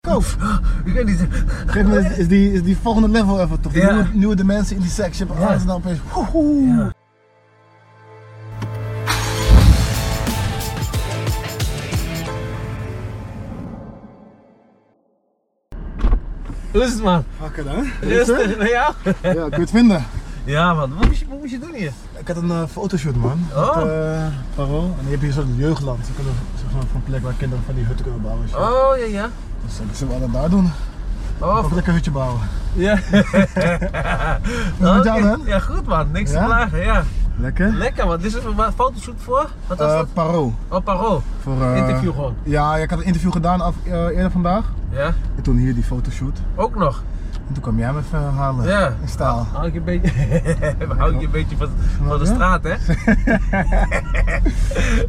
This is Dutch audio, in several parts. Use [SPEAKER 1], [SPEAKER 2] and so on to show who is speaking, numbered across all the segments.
[SPEAKER 1] zelf. Ik weet niet.
[SPEAKER 2] Geef me is, is die, is die volgende level even toch? Die
[SPEAKER 1] Oh, Ja.
[SPEAKER 2] nieuwe, nieuwe dimensie in die Oh, seks. Je hebt
[SPEAKER 1] Ja.
[SPEAKER 2] alles en dan opeens. woehoe.
[SPEAKER 1] Ja. Hoe is het man?
[SPEAKER 2] Wakker dan?
[SPEAKER 1] Rustig, met jou?
[SPEAKER 2] Ja, kun je het vinden?
[SPEAKER 1] Ja man, wat moest je, wat moest je doen hier?
[SPEAKER 2] Ik had een eh, fotoshoot man.
[SPEAKER 1] Oh.
[SPEAKER 2] Met, eh, Parool. En je hebt hier zo'n jeugdland. Je kunt er- zeg maar, een plek waar kinderen van die hutten kunnen bouwen. en shit.
[SPEAKER 1] Oh ja ja.
[SPEAKER 2] Dus eh, ik zullen we dat daar doen.
[SPEAKER 1] Oh,
[SPEAKER 2] Of lekker hutje bouwen.
[SPEAKER 1] ja. Oh,
[SPEAKER 2] Hoe met jou
[SPEAKER 1] Oké.
[SPEAKER 2] dan?
[SPEAKER 1] Ja goed man, niks
[SPEAKER 2] Ja?
[SPEAKER 1] te klagen, ja.
[SPEAKER 2] Lekker.
[SPEAKER 1] Lekker man, dit is een wa- fotoshoot voor? Wat was
[SPEAKER 2] Eh
[SPEAKER 1] dat?
[SPEAKER 2] Parool.
[SPEAKER 1] Oh, parool.
[SPEAKER 2] Voor, eh,
[SPEAKER 1] Interview gewoon.
[SPEAKER 2] Ja, ik had een interview gedaan af, eh, eerder vandaag.
[SPEAKER 1] Ja,
[SPEAKER 2] En toen hier die fotoshoot.
[SPEAKER 1] ook nog.
[SPEAKER 2] En toen kwam jij me even halen.
[SPEAKER 1] Ja.
[SPEAKER 2] In staal.
[SPEAKER 1] Hou ik je een beetje, hou ik je een beetje van, van de
[SPEAKER 2] je?
[SPEAKER 1] straat, hè?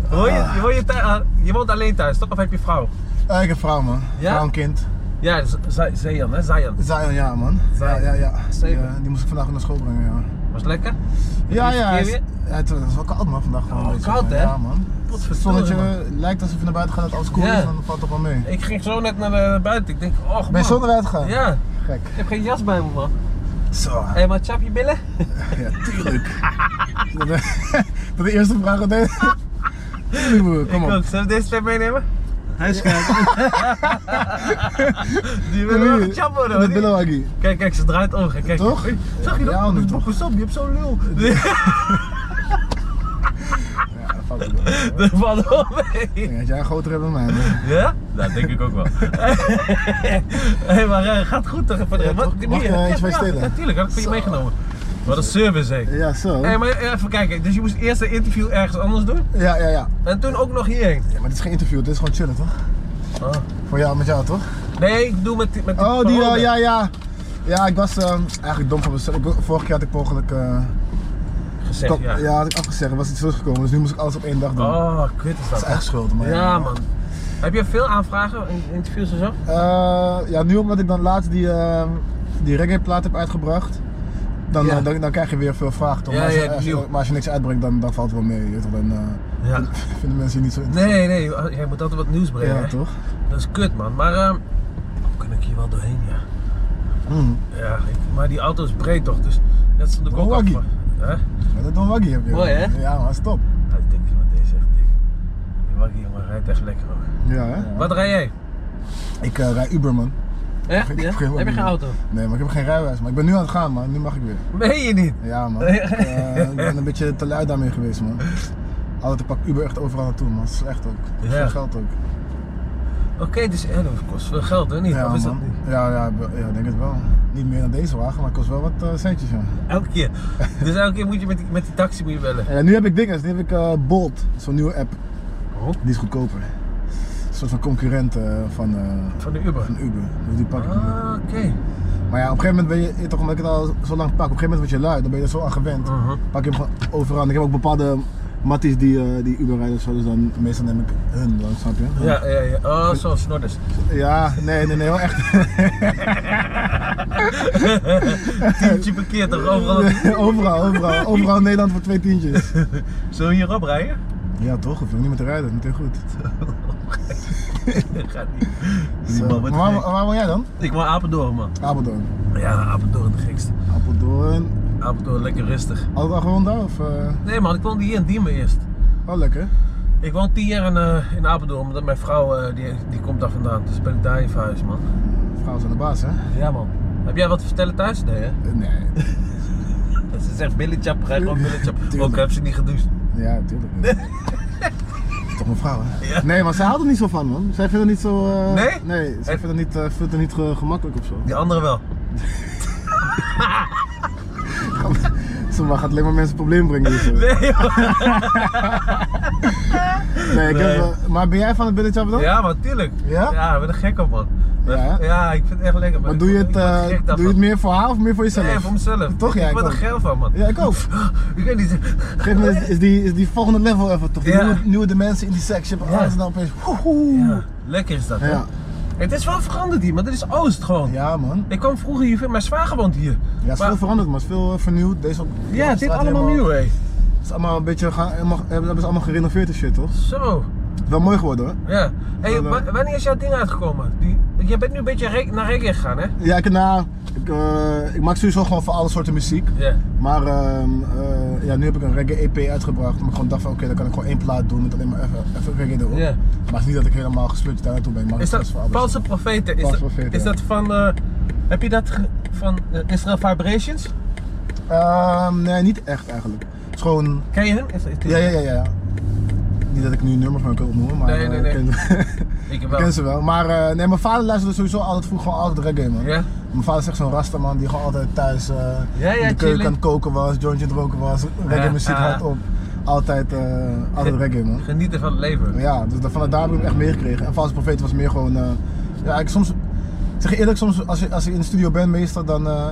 [SPEAKER 1] hoor je, hoor je, thu- ah, je woont alleen thuis, toch? Of heb je vrouw?
[SPEAKER 2] Eh, ik heb vrouw man.
[SPEAKER 1] Ja?
[SPEAKER 2] Vrouw en kind.
[SPEAKER 1] Ja, Z- Z- Zayan, hè? Zayan.
[SPEAKER 2] Zion, ja man. Ja,
[SPEAKER 1] Zion.
[SPEAKER 2] ja, ja. Die,
[SPEAKER 1] Zeker.
[SPEAKER 2] eh, die moest ik vandaag naar school brengen, ja.
[SPEAKER 1] Was lekker?
[SPEAKER 2] Ja,
[SPEAKER 1] Eerste
[SPEAKER 2] ja.
[SPEAKER 1] keer
[SPEAKER 2] Het is,
[SPEAKER 1] weer?
[SPEAKER 2] ja, het is wel koud man vandaag. gewoon
[SPEAKER 1] Oh,
[SPEAKER 2] een beetje,
[SPEAKER 1] koud,
[SPEAKER 2] maar
[SPEAKER 1] hè?
[SPEAKER 2] Ja man. Het
[SPEAKER 1] Potverdorie,
[SPEAKER 2] zonnetje
[SPEAKER 1] man.
[SPEAKER 2] lijkt alsof je naar buiten gaat dat alles koel
[SPEAKER 1] Ja.
[SPEAKER 2] is, dan valt het wel mee.
[SPEAKER 1] Ik ging zo net naar eh, buiten. Ik denk, oh man.
[SPEAKER 2] Ben je zonder buiten gaan?
[SPEAKER 1] Ja,
[SPEAKER 2] Gek.
[SPEAKER 1] ik heb geen jas bij me, man.
[SPEAKER 2] Zo.
[SPEAKER 1] Hé, hey, maar chap je billen?
[SPEAKER 2] Ja, tuurlijk. dat, dat de eerste vraag deed. Tuurlijk broer, kom
[SPEAKER 1] ik
[SPEAKER 2] op.
[SPEAKER 1] ook. Zullen we deze clip meenemen?
[SPEAKER 2] Hij is gek.
[SPEAKER 1] Die willen wel chap worden,
[SPEAKER 2] De
[SPEAKER 1] hoor. Die-
[SPEAKER 2] billenwaggie.
[SPEAKER 1] Kijk, kijk, ze draait om. Kijk,
[SPEAKER 2] Toch?
[SPEAKER 1] Zag je dat?
[SPEAKER 2] Ja, nu toch.
[SPEAKER 1] Pas op, je hebt zo'n lul.
[SPEAKER 2] Ja, fuck it, man.
[SPEAKER 1] Dat valt wel mee.
[SPEAKER 2] Ik denk dat jij groter hebt dan mij. man.
[SPEAKER 1] Ja? Dat denk ik ook wel. Hé, hey, maar eh, gaat goed toch? Even
[SPEAKER 2] Ja,
[SPEAKER 1] Wat-
[SPEAKER 2] toch? Mag ik, eh,
[SPEAKER 1] Ja,
[SPEAKER 2] iets van je
[SPEAKER 1] ja,
[SPEAKER 2] stelen?
[SPEAKER 1] Natuurlijk, had ik voor je
[SPEAKER 2] Zo.
[SPEAKER 1] meegenomen. Wat een service, hé.
[SPEAKER 2] Ja, zo.
[SPEAKER 1] Hé, maar even kijken. Dus je moest eerst een interview ergens anders doen.
[SPEAKER 2] Ja, ja, ja.
[SPEAKER 1] En toen ook nog hierheen.
[SPEAKER 2] Ja, maar dit is geen interview, dit is gewoon chillen, toch?
[SPEAKER 1] Oh.
[SPEAKER 2] Voor jou, met jou, toch?
[SPEAKER 1] Nee, ik doe met, die- met
[SPEAKER 2] Oh, die,
[SPEAKER 1] corona.
[SPEAKER 2] eh, ja, ja. Ja, ik was ehm, eigenlijk dom van mezelf. Ik- Vorige keer had ik per ongeluk, eh,
[SPEAKER 1] Gezegd,
[SPEAKER 2] kap-
[SPEAKER 1] ja.
[SPEAKER 2] ja. had ik afgezegd. Er was iets teruggekomen, dus nu moest ik alles op één dag doen.
[SPEAKER 1] Oh, kut is
[SPEAKER 2] Dat is
[SPEAKER 1] dat.
[SPEAKER 2] echt schuld, man.
[SPEAKER 1] Ja, man. Heb je veel aanvragen in interviews en zo?
[SPEAKER 2] Eh, ja, nu omdat ik dan laatst die, ehm, die reggae-plaat heb uitgebracht, dan,
[SPEAKER 1] Ja.
[SPEAKER 2] eh, dan, dan krijg je weer veel vragen, toch?
[SPEAKER 1] Ja,
[SPEAKER 2] maar, als je,
[SPEAKER 1] ja,
[SPEAKER 2] als je-
[SPEAKER 1] nieuw.
[SPEAKER 2] maar als je niks uitbrengt, dan, dan valt het wel mee. weet je toch? Dan eh,
[SPEAKER 1] Ja.
[SPEAKER 2] vind- vinden mensen je niet zo interessant.
[SPEAKER 1] Nee, nee, jij moet altijd wat nieuws brengen.
[SPEAKER 2] Ja,
[SPEAKER 1] hè?
[SPEAKER 2] toch?
[SPEAKER 1] Dat is kut, man. Maar ehm kan ik hier wel doorheen, ja.
[SPEAKER 2] Mm.
[SPEAKER 1] Ja, ik- maar die auto is breed toch, dus net stond ik
[SPEAKER 2] Oh,
[SPEAKER 1] ook af.
[SPEAKER 2] waggie.
[SPEAKER 1] Hè?
[SPEAKER 2] Ja, Dat Don Waggy heb je.
[SPEAKER 1] Mooi, hè?
[SPEAKER 2] Ja, maar stop.
[SPEAKER 1] Hij is dik, maar deze is echt dik. Die waggie jongen rijdt echt lekker hoor.
[SPEAKER 2] Ja, hè?
[SPEAKER 1] Wat rij jij?
[SPEAKER 2] Ik eh, rij Uber, man.
[SPEAKER 1] Echt?
[SPEAKER 2] Ik- ik
[SPEAKER 1] Ja?
[SPEAKER 2] heb geen
[SPEAKER 1] Heb je
[SPEAKER 2] waggie.
[SPEAKER 1] geen auto?
[SPEAKER 2] Nee, maar ik heb geen rijbewijs. Maar ik ben nu aan het gaan, man. Nu mag ik weer.
[SPEAKER 1] Meen je niet?
[SPEAKER 2] Ja, man. Ik eh, ik ben een beetje te lui daarmee geweest, man. Altijd, ik pak Uber echt overal naartoe, man. Slecht ook.
[SPEAKER 1] Ja.
[SPEAKER 2] Veel geld ook.
[SPEAKER 1] Oké, dus ja, dat kost veel geld, hè? Niet?
[SPEAKER 2] Ja,
[SPEAKER 1] of is dat
[SPEAKER 2] man.
[SPEAKER 1] niet?
[SPEAKER 2] Ja, ja, be- ja, ik denk het wel. Niet meer dan deze wagen, maar het kost wel wat eh, centjes, ja.
[SPEAKER 1] Elke keer. Dus elke keer moet je met die, met die taxi moet je bellen.
[SPEAKER 2] En nu heb ik dinges. Nu heb ik eh, Bolt, zo'n nieuwe app.
[SPEAKER 1] Oh.
[SPEAKER 2] Die is goedkoper. Een soort van concurrent eh, van, eh,
[SPEAKER 1] Van de Uber.
[SPEAKER 2] van Uber. Dus die pak ik nu.
[SPEAKER 1] Ah, oké.
[SPEAKER 2] Maar ja, op een gegeven moment ben je, je, toch omdat ik het al zo lang pak, op een gegeven moment word je lui, dan ben je er zo aan gewend.
[SPEAKER 1] Mhm.
[SPEAKER 2] Pak je hem gewoon overal. En Ik heb ook bepaalde matties die, eh die Uber rijden of zo, dus dan meestal neem ik hun, dan snap je?
[SPEAKER 1] Ja, ja, ja. Oh, zo, snorders.
[SPEAKER 2] Ja, nee, nee, nee, wel echt.
[SPEAKER 1] Tientje parkeert toch overal.
[SPEAKER 2] overal, overal. Overal in Nederland voor twee tientjes.
[SPEAKER 1] Zullen we hierop rijden?
[SPEAKER 2] Ja, toch? Hoef je ook niet meer te rijden, dat is niet heel goed.
[SPEAKER 1] Gaat niet. Die
[SPEAKER 2] Zo.
[SPEAKER 1] man
[SPEAKER 2] Maar
[SPEAKER 1] wordt
[SPEAKER 2] waar,
[SPEAKER 1] gek.
[SPEAKER 2] waar woon jij dan?
[SPEAKER 1] Ik wil Apeldoorn, man.
[SPEAKER 2] Apeldoorn.
[SPEAKER 1] Ja, Apeldoorn de gekste.
[SPEAKER 2] Apeldoorn.
[SPEAKER 1] Apeldoorn, lekker rustig.
[SPEAKER 2] Altijd al gewoon daar? Of, eh,
[SPEAKER 1] Nee man, ik woonde hier in Diemen eerst.
[SPEAKER 2] Oh, lekker.
[SPEAKER 1] Ik woon tien jaar in, eh, in Apeldoorn, omdat mijn vrouw eh, die, die komt daar vandaan. Dus ben ik daar in verhuisd, man.
[SPEAKER 2] Vrouwen zijn de baas, hè?
[SPEAKER 1] Ja man. Heb jij wat te vertellen thuis? Nee hè?
[SPEAKER 2] Eh, Nee.
[SPEAKER 1] Ze zegt billetjap, ga je gewoon billetjap. Ook heb ze niet gedoucht.
[SPEAKER 2] Ja, natuurlijk. Toch een vrouw, hè?
[SPEAKER 1] Ja.
[SPEAKER 2] Nee, maar zij houdt er niet zo van, man. Zij vindt het niet zo... eh,
[SPEAKER 1] Nee?
[SPEAKER 2] Nee, zij
[SPEAKER 1] Eh.
[SPEAKER 2] vindt het niet, eh, vindt het niet ge- gemakkelijk of zo.
[SPEAKER 1] Die andere wel.
[SPEAKER 2] Ze maar gaat alleen maar mensen problemen brengen. hier zo. Nee,
[SPEAKER 1] Nee man.
[SPEAKER 2] ik
[SPEAKER 1] Nee.
[SPEAKER 2] heb, wel- maar ben jij van het billetjap dan?
[SPEAKER 1] Ja man, tuurlijk.
[SPEAKER 2] Ja?
[SPEAKER 1] Ja, ik ben er gek op man.
[SPEAKER 2] Ja, hè?
[SPEAKER 1] Ja, ik vind het echt lekker man.
[SPEAKER 2] Maar
[SPEAKER 1] Ik
[SPEAKER 2] doe je,
[SPEAKER 1] word-
[SPEAKER 2] het,
[SPEAKER 1] ik word
[SPEAKER 2] eh,
[SPEAKER 1] gek
[SPEAKER 2] doe je
[SPEAKER 1] daarvan.
[SPEAKER 2] het meer voor haar of meer voor jezelf?
[SPEAKER 1] Nee, voor mezelf.
[SPEAKER 2] Toch? Ja,
[SPEAKER 1] ik
[SPEAKER 2] ik
[SPEAKER 1] word er
[SPEAKER 2] ook.
[SPEAKER 1] geil van man.
[SPEAKER 2] Ja, ik ook.
[SPEAKER 1] Ik weet niet.
[SPEAKER 2] Geef me is, is die, is die volgende level even toch? Die
[SPEAKER 1] Ja.
[SPEAKER 2] nieuwe, nieuwe dimensie in die seks. Je hebt
[SPEAKER 1] Ja.
[SPEAKER 2] alles en dan opeens... Woehoe.
[SPEAKER 1] Ja, lekker is dat hè?
[SPEAKER 2] Ja.
[SPEAKER 1] Het is wel veranderd hier, maar dit is Oost gewoon.
[SPEAKER 2] ja, man.
[SPEAKER 1] Ik kwam vroeger hier, mijn zwager woont hier.
[SPEAKER 2] Ja, het is
[SPEAKER 1] Maar-
[SPEAKER 2] veel veranderd, maar het is veel eh, vernieuwd. Deze op,
[SPEAKER 1] Ja,
[SPEAKER 2] op
[SPEAKER 1] dit
[SPEAKER 2] straat
[SPEAKER 1] allemaal
[SPEAKER 2] helemaal-
[SPEAKER 1] nieuw, hé.
[SPEAKER 2] Het is allemaal een beetje... Gaan, helemaal, hebben ze allemaal gerenoveerd en shit, toch?
[SPEAKER 1] Zo,
[SPEAKER 2] Het is wel mooi geworden, hoor.
[SPEAKER 1] ja. Hé,
[SPEAKER 2] Wel, eh,
[SPEAKER 1] wa- wanneer is jouw ding uitgekomen? Die, Je bent nu een beetje reg- naar reggae gegaan, hè?
[SPEAKER 2] Ja, ik, nou, ik, eh, ik maak sowieso gewoon van alle soorten muziek.
[SPEAKER 1] Ja.
[SPEAKER 2] Maar ehm, eh, ja, nu heb ik een reggae EP uitgebracht. Omdat ik gewoon dacht van oké, dan kan ik gewoon één plaat doen met alleen maar even, even reggae erop.
[SPEAKER 1] Ja.
[SPEAKER 2] Maar het is niet dat ik helemaal gesplitst daar naartoe ben. Maar
[SPEAKER 1] Is
[SPEAKER 2] het
[SPEAKER 1] dat
[SPEAKER 2] voor alles.
[SPEAKER 1] Valse Profeten? Is,
[SPEAKER 2] Valse
[SPEAKER 1] dat,
[SPEAKER 2] Profeten,
[SPEAKER 1] is
[SPEAKER 2] ja.
[SPEAKER 1] dat van... eh, heb je dat ge- van eh, Israel Vibrations?
[SPEAKER 2] Ehm, nee, niet echt eigenlijk. Het is gewoon...
[SPEAKER 1] Ken je hun? Is, is-
[SPEAKER 2] Ja, ja, ja, ja. Niet dat ik nu een nummer van hun kan opnoemen, maar
[SPEAKER 1] Nee, nee,
[SPEAKER 2] eh, ik
[SPEAKER 1] nee.
[SPEAKER 2] ken,
[SPEAKER 1] Ik
[SPEAKER 2] ik
[SPEAKER 1] wel.
[SPEAKER 2] ken ze wel. Maar eh, nee, mijn vader luisterde sowieso altijd vroeger gewoon altijd reggae, man.
[SPEAKER 1] Ja?
[SPEAKER 2] Mijn vader is echt zo'n rasterman die gewoon altijd thuis eh,
[SPEAKER 1] ja,
[SPEAKER 2] in de keuken
[SPEAKER 1] chillen.
[SPEAKER 2] aan het koken was, jointje aan het roken was, reggae muziek
[SPEAKER 1] ah.
[SPEAKER 2] hard op. Altijd, eh, altijd reggae, man.
[SPEAKER 1] Genieten van het leven.
[SPEAKER 2] Ja, dus dat- vanuit daar heb ik hem echt meegekregen. En Valse Profeet was meer gewoon. eh, ja, ik soms. Ik zeg je eerlijk, soms als, je, als ik in de studio ben, meestal dan. eh,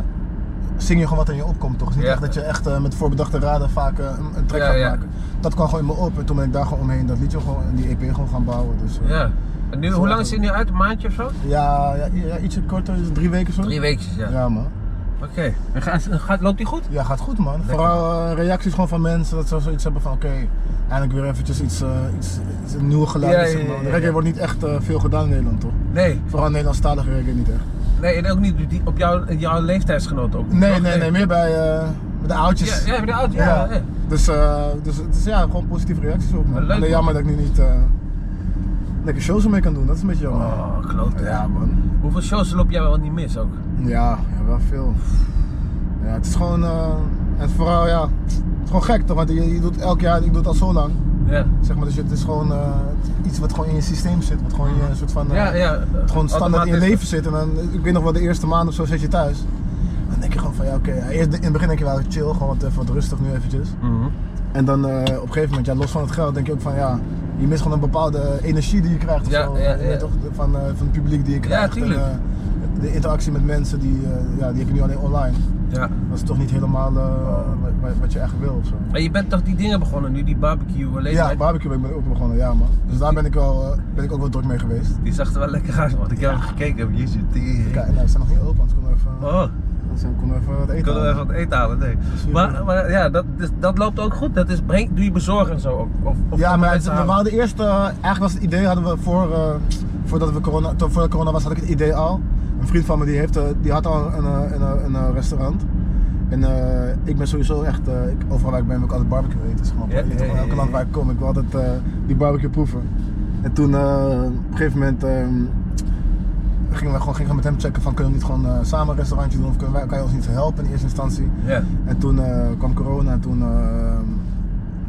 [SPEAKER 2] zing je gewoon wat in je opkomt, toch? Het is
[SPEAKER 1] Ja.
[SPEAKER 2] niet echt dat je echt eh, met voorbedachte raden vaak eh, een, een track
[SPEAKER 1] Ja,
[SPEAKER 2] gaat
[SPEAKER 1] ja.
[SPEAKER 2] maken. Dat kwam gewoon in me op. En toen ben ik daar gewoon omheen dat liedje gewoon, en die EP gewoon gaan bouwen. Dus, eh,
[SPEAKER 1] Ja. En nu,
[SPEAKER 2] Zo
[SPEAKER 1] hoe lang
[SPEAKER 2] echt
[SPEAKER 1] is hij nu uit? Een maandje of zo?
[SPEAKER 2] ja, ja, i- ja, ietsje korter, dus drie weken zo.
[SPEAKER 1] Drie weekjes, ja.
[SPEAKER 2] Ja, man.
[SPEAKER 1] Oké. En gaat- gaat- Loopt hij goed?
[SPEAKER 2] Ja, gaat goed, man.
[SPEAKER 1] Lekker.
[SPEAKER 2] Vooral eh, reacties gewoon van mensen dat ze zoiets hebben van: oké, eindelijk weer eventjes iets, eh, iets, iets een nieuw geluid.
[SPEAKER 1] Ja, ja,
[SPEAKER 2] zeg maar.
[SPEAKER 1] ja, ja,
[SPEAKER 2] De reggae
[SPEAKER 1] ja.
[SPEAKER 2] wordt niet echt eh, veel gedaan in Nederland, toch?
[SPEAKER 1] Nee.
[SPEAKER 2] Vooral Nederlandstalige reggae niet echt.
[SPEAKER 1] Nee, en ook niet die- op jouw, jouw leeftijdsgenoot ook. niet,
[SPEAKER 2] Nee,
[SPEAKER 1] toch?
[SPEAKER 2] nee, nee, meer bij eh, bij de oudjes.
[SPEAKER 1] Ja, ja, de oud, ja.
[SPEAKER 2] Ja.
[SPEAKER 1] ja.
[SPEAKER 2] Dus, eh, dus, dus ja, gewoon positieve reacties op me.
[SPEAKER 1] Leuk,
[SPEAKER 2] Alleen
[SPEAKER 1] man.
[SPEAKER 2] jammer dat ik nu niet eh, lekker shows ermee kan doen, dat is een beetje jammer.
[SPEAKER 1] Oh, klote.
[SPEAKER 2] Ja man,
[SPEAKER 1] Hoeveel shows loop jij wel niet mis ook?
[SPEAKER 2] ja, ja, wel veel. Ja, het is gewoon, eh, en vooral ja, het is gewoon gek toch, want je, je doet elk jaar, ik doe het al zo lang,
[SPEAKER 1] Ja.
[SPEAKER 2] zeg maar, dus het is gewoon eh, iets wat gewoon in je systeem zit, wat gewoon in je een soort van... eh,
[SPEAKER 1] Ja, ja.
[SPEAKER 2] het gewoon standaard in je
[SPEAKER 1] Automatisch.
[SPEAKER 2] leven zit. En dan, ik weet nog wel, de eerste maand of zo zit je thuis. Dan denk je gewoon van ja, oké. Eerst in het begin denk je wel chill, gewoon wat, even wat rustig nu eventjes.
[SPEAKER 1] Mhm.
[SPEAKER 2] En dan eh, op een gegeven moment, ja, los van het geld, denk je ook van ja, je mist gewoon een bepaalde energie die je krijgt of
[SPEAKER 1] Ja,
[SPEAKER 2] zo.
[SPEAKER 1] ja,
[SPEAKER 2] Je weet
[SPEAKER 1] ja.
[SPEAKER 2] toch, van, eh, van het publiek die je krijgt. en,
[SPEAKER 1] tuurlijk.
[SPEAKER 2] eh, de interactie met mensen, die, eh, ja, die heb je nu alleen online.
[SPEAKER 1] Ja.
[SPEAKER 2] Dat is toch niet helemaal eh, wat- wat, wat je echt wil of zo.
[SPEAKER 1] En je bent toch die dingen begonnen nu, die barbecue alleen.
[SPEAKER 2] Ja, barbecue ben ik ook begonnen, ja man. Dus daar ben ik, wel, eh, ben ik ook wel druk mee geweest.
[SPEAKER 1] Die zag er wel lekker uit, want ik heb hem gekeken op YouTube. Die-
[SPEAKER 2] Kijk, nou, ze zijn nog niet open, want ik kon even,
[SPEAKER 1] Oh,
[SPEAKER 2] anders kon even wat eten.
[SPEAKER 1] ik kon er
[SPEAKER 2] halen.
[SPEAKER 1] even wat eten halen, nee.
[SPEAKER 2] Zie je
[SPEAKER 1] Maar,
[SPEAKER 2] wel.
[SPEAKER 1] maar ja, dat, dus dat loopt ook goed. Dat is, breng, doe je bezorgen en zo ook. Of, of
[SPEAKER 2] Ja,
[SPEAKER 1] of
[SPEAKER 2] maar het-
[SPEAKER 1] mensen
[SPEAKER 2] we
[SPEAKER 1] halen.
[SPEAKER 2] hadden eerst, eh, eigenlijk was het idee, hadden we voor, eh, voordat we corona, to- voordat corona was, had ik het idee al. Een vriend van me die, heeft, eh, die had al een, eh, een, eh, een, eh, restaurant. En eh, ik ben sowieso echt, eh, ik, overal waar ik ben, wil ik altijd barbecue eten. Zeg maar.
[SPEAKER 1] Ja,
[SPEAKER 2] Je weet toch,
[SPEAKER 1] ja, ja,
[SPEAKER 2] elke
[SPEAKER 1] ja.
[SPEAKER 2] land waar ik kom, ik wil altijd eh, die barbecue proeven. En toen eh, op een gegeven moment ehm, gingen we gewoon gingen we met hem checken van kunnen we niet gewoon eh, samen een restaurantje doen of kunnen wij, kan je ons niet helpen in eerste instantie.
[SPEAKER 1] Ja.
[SPEAKER 2] En toen eh, kwam corona en toen eh,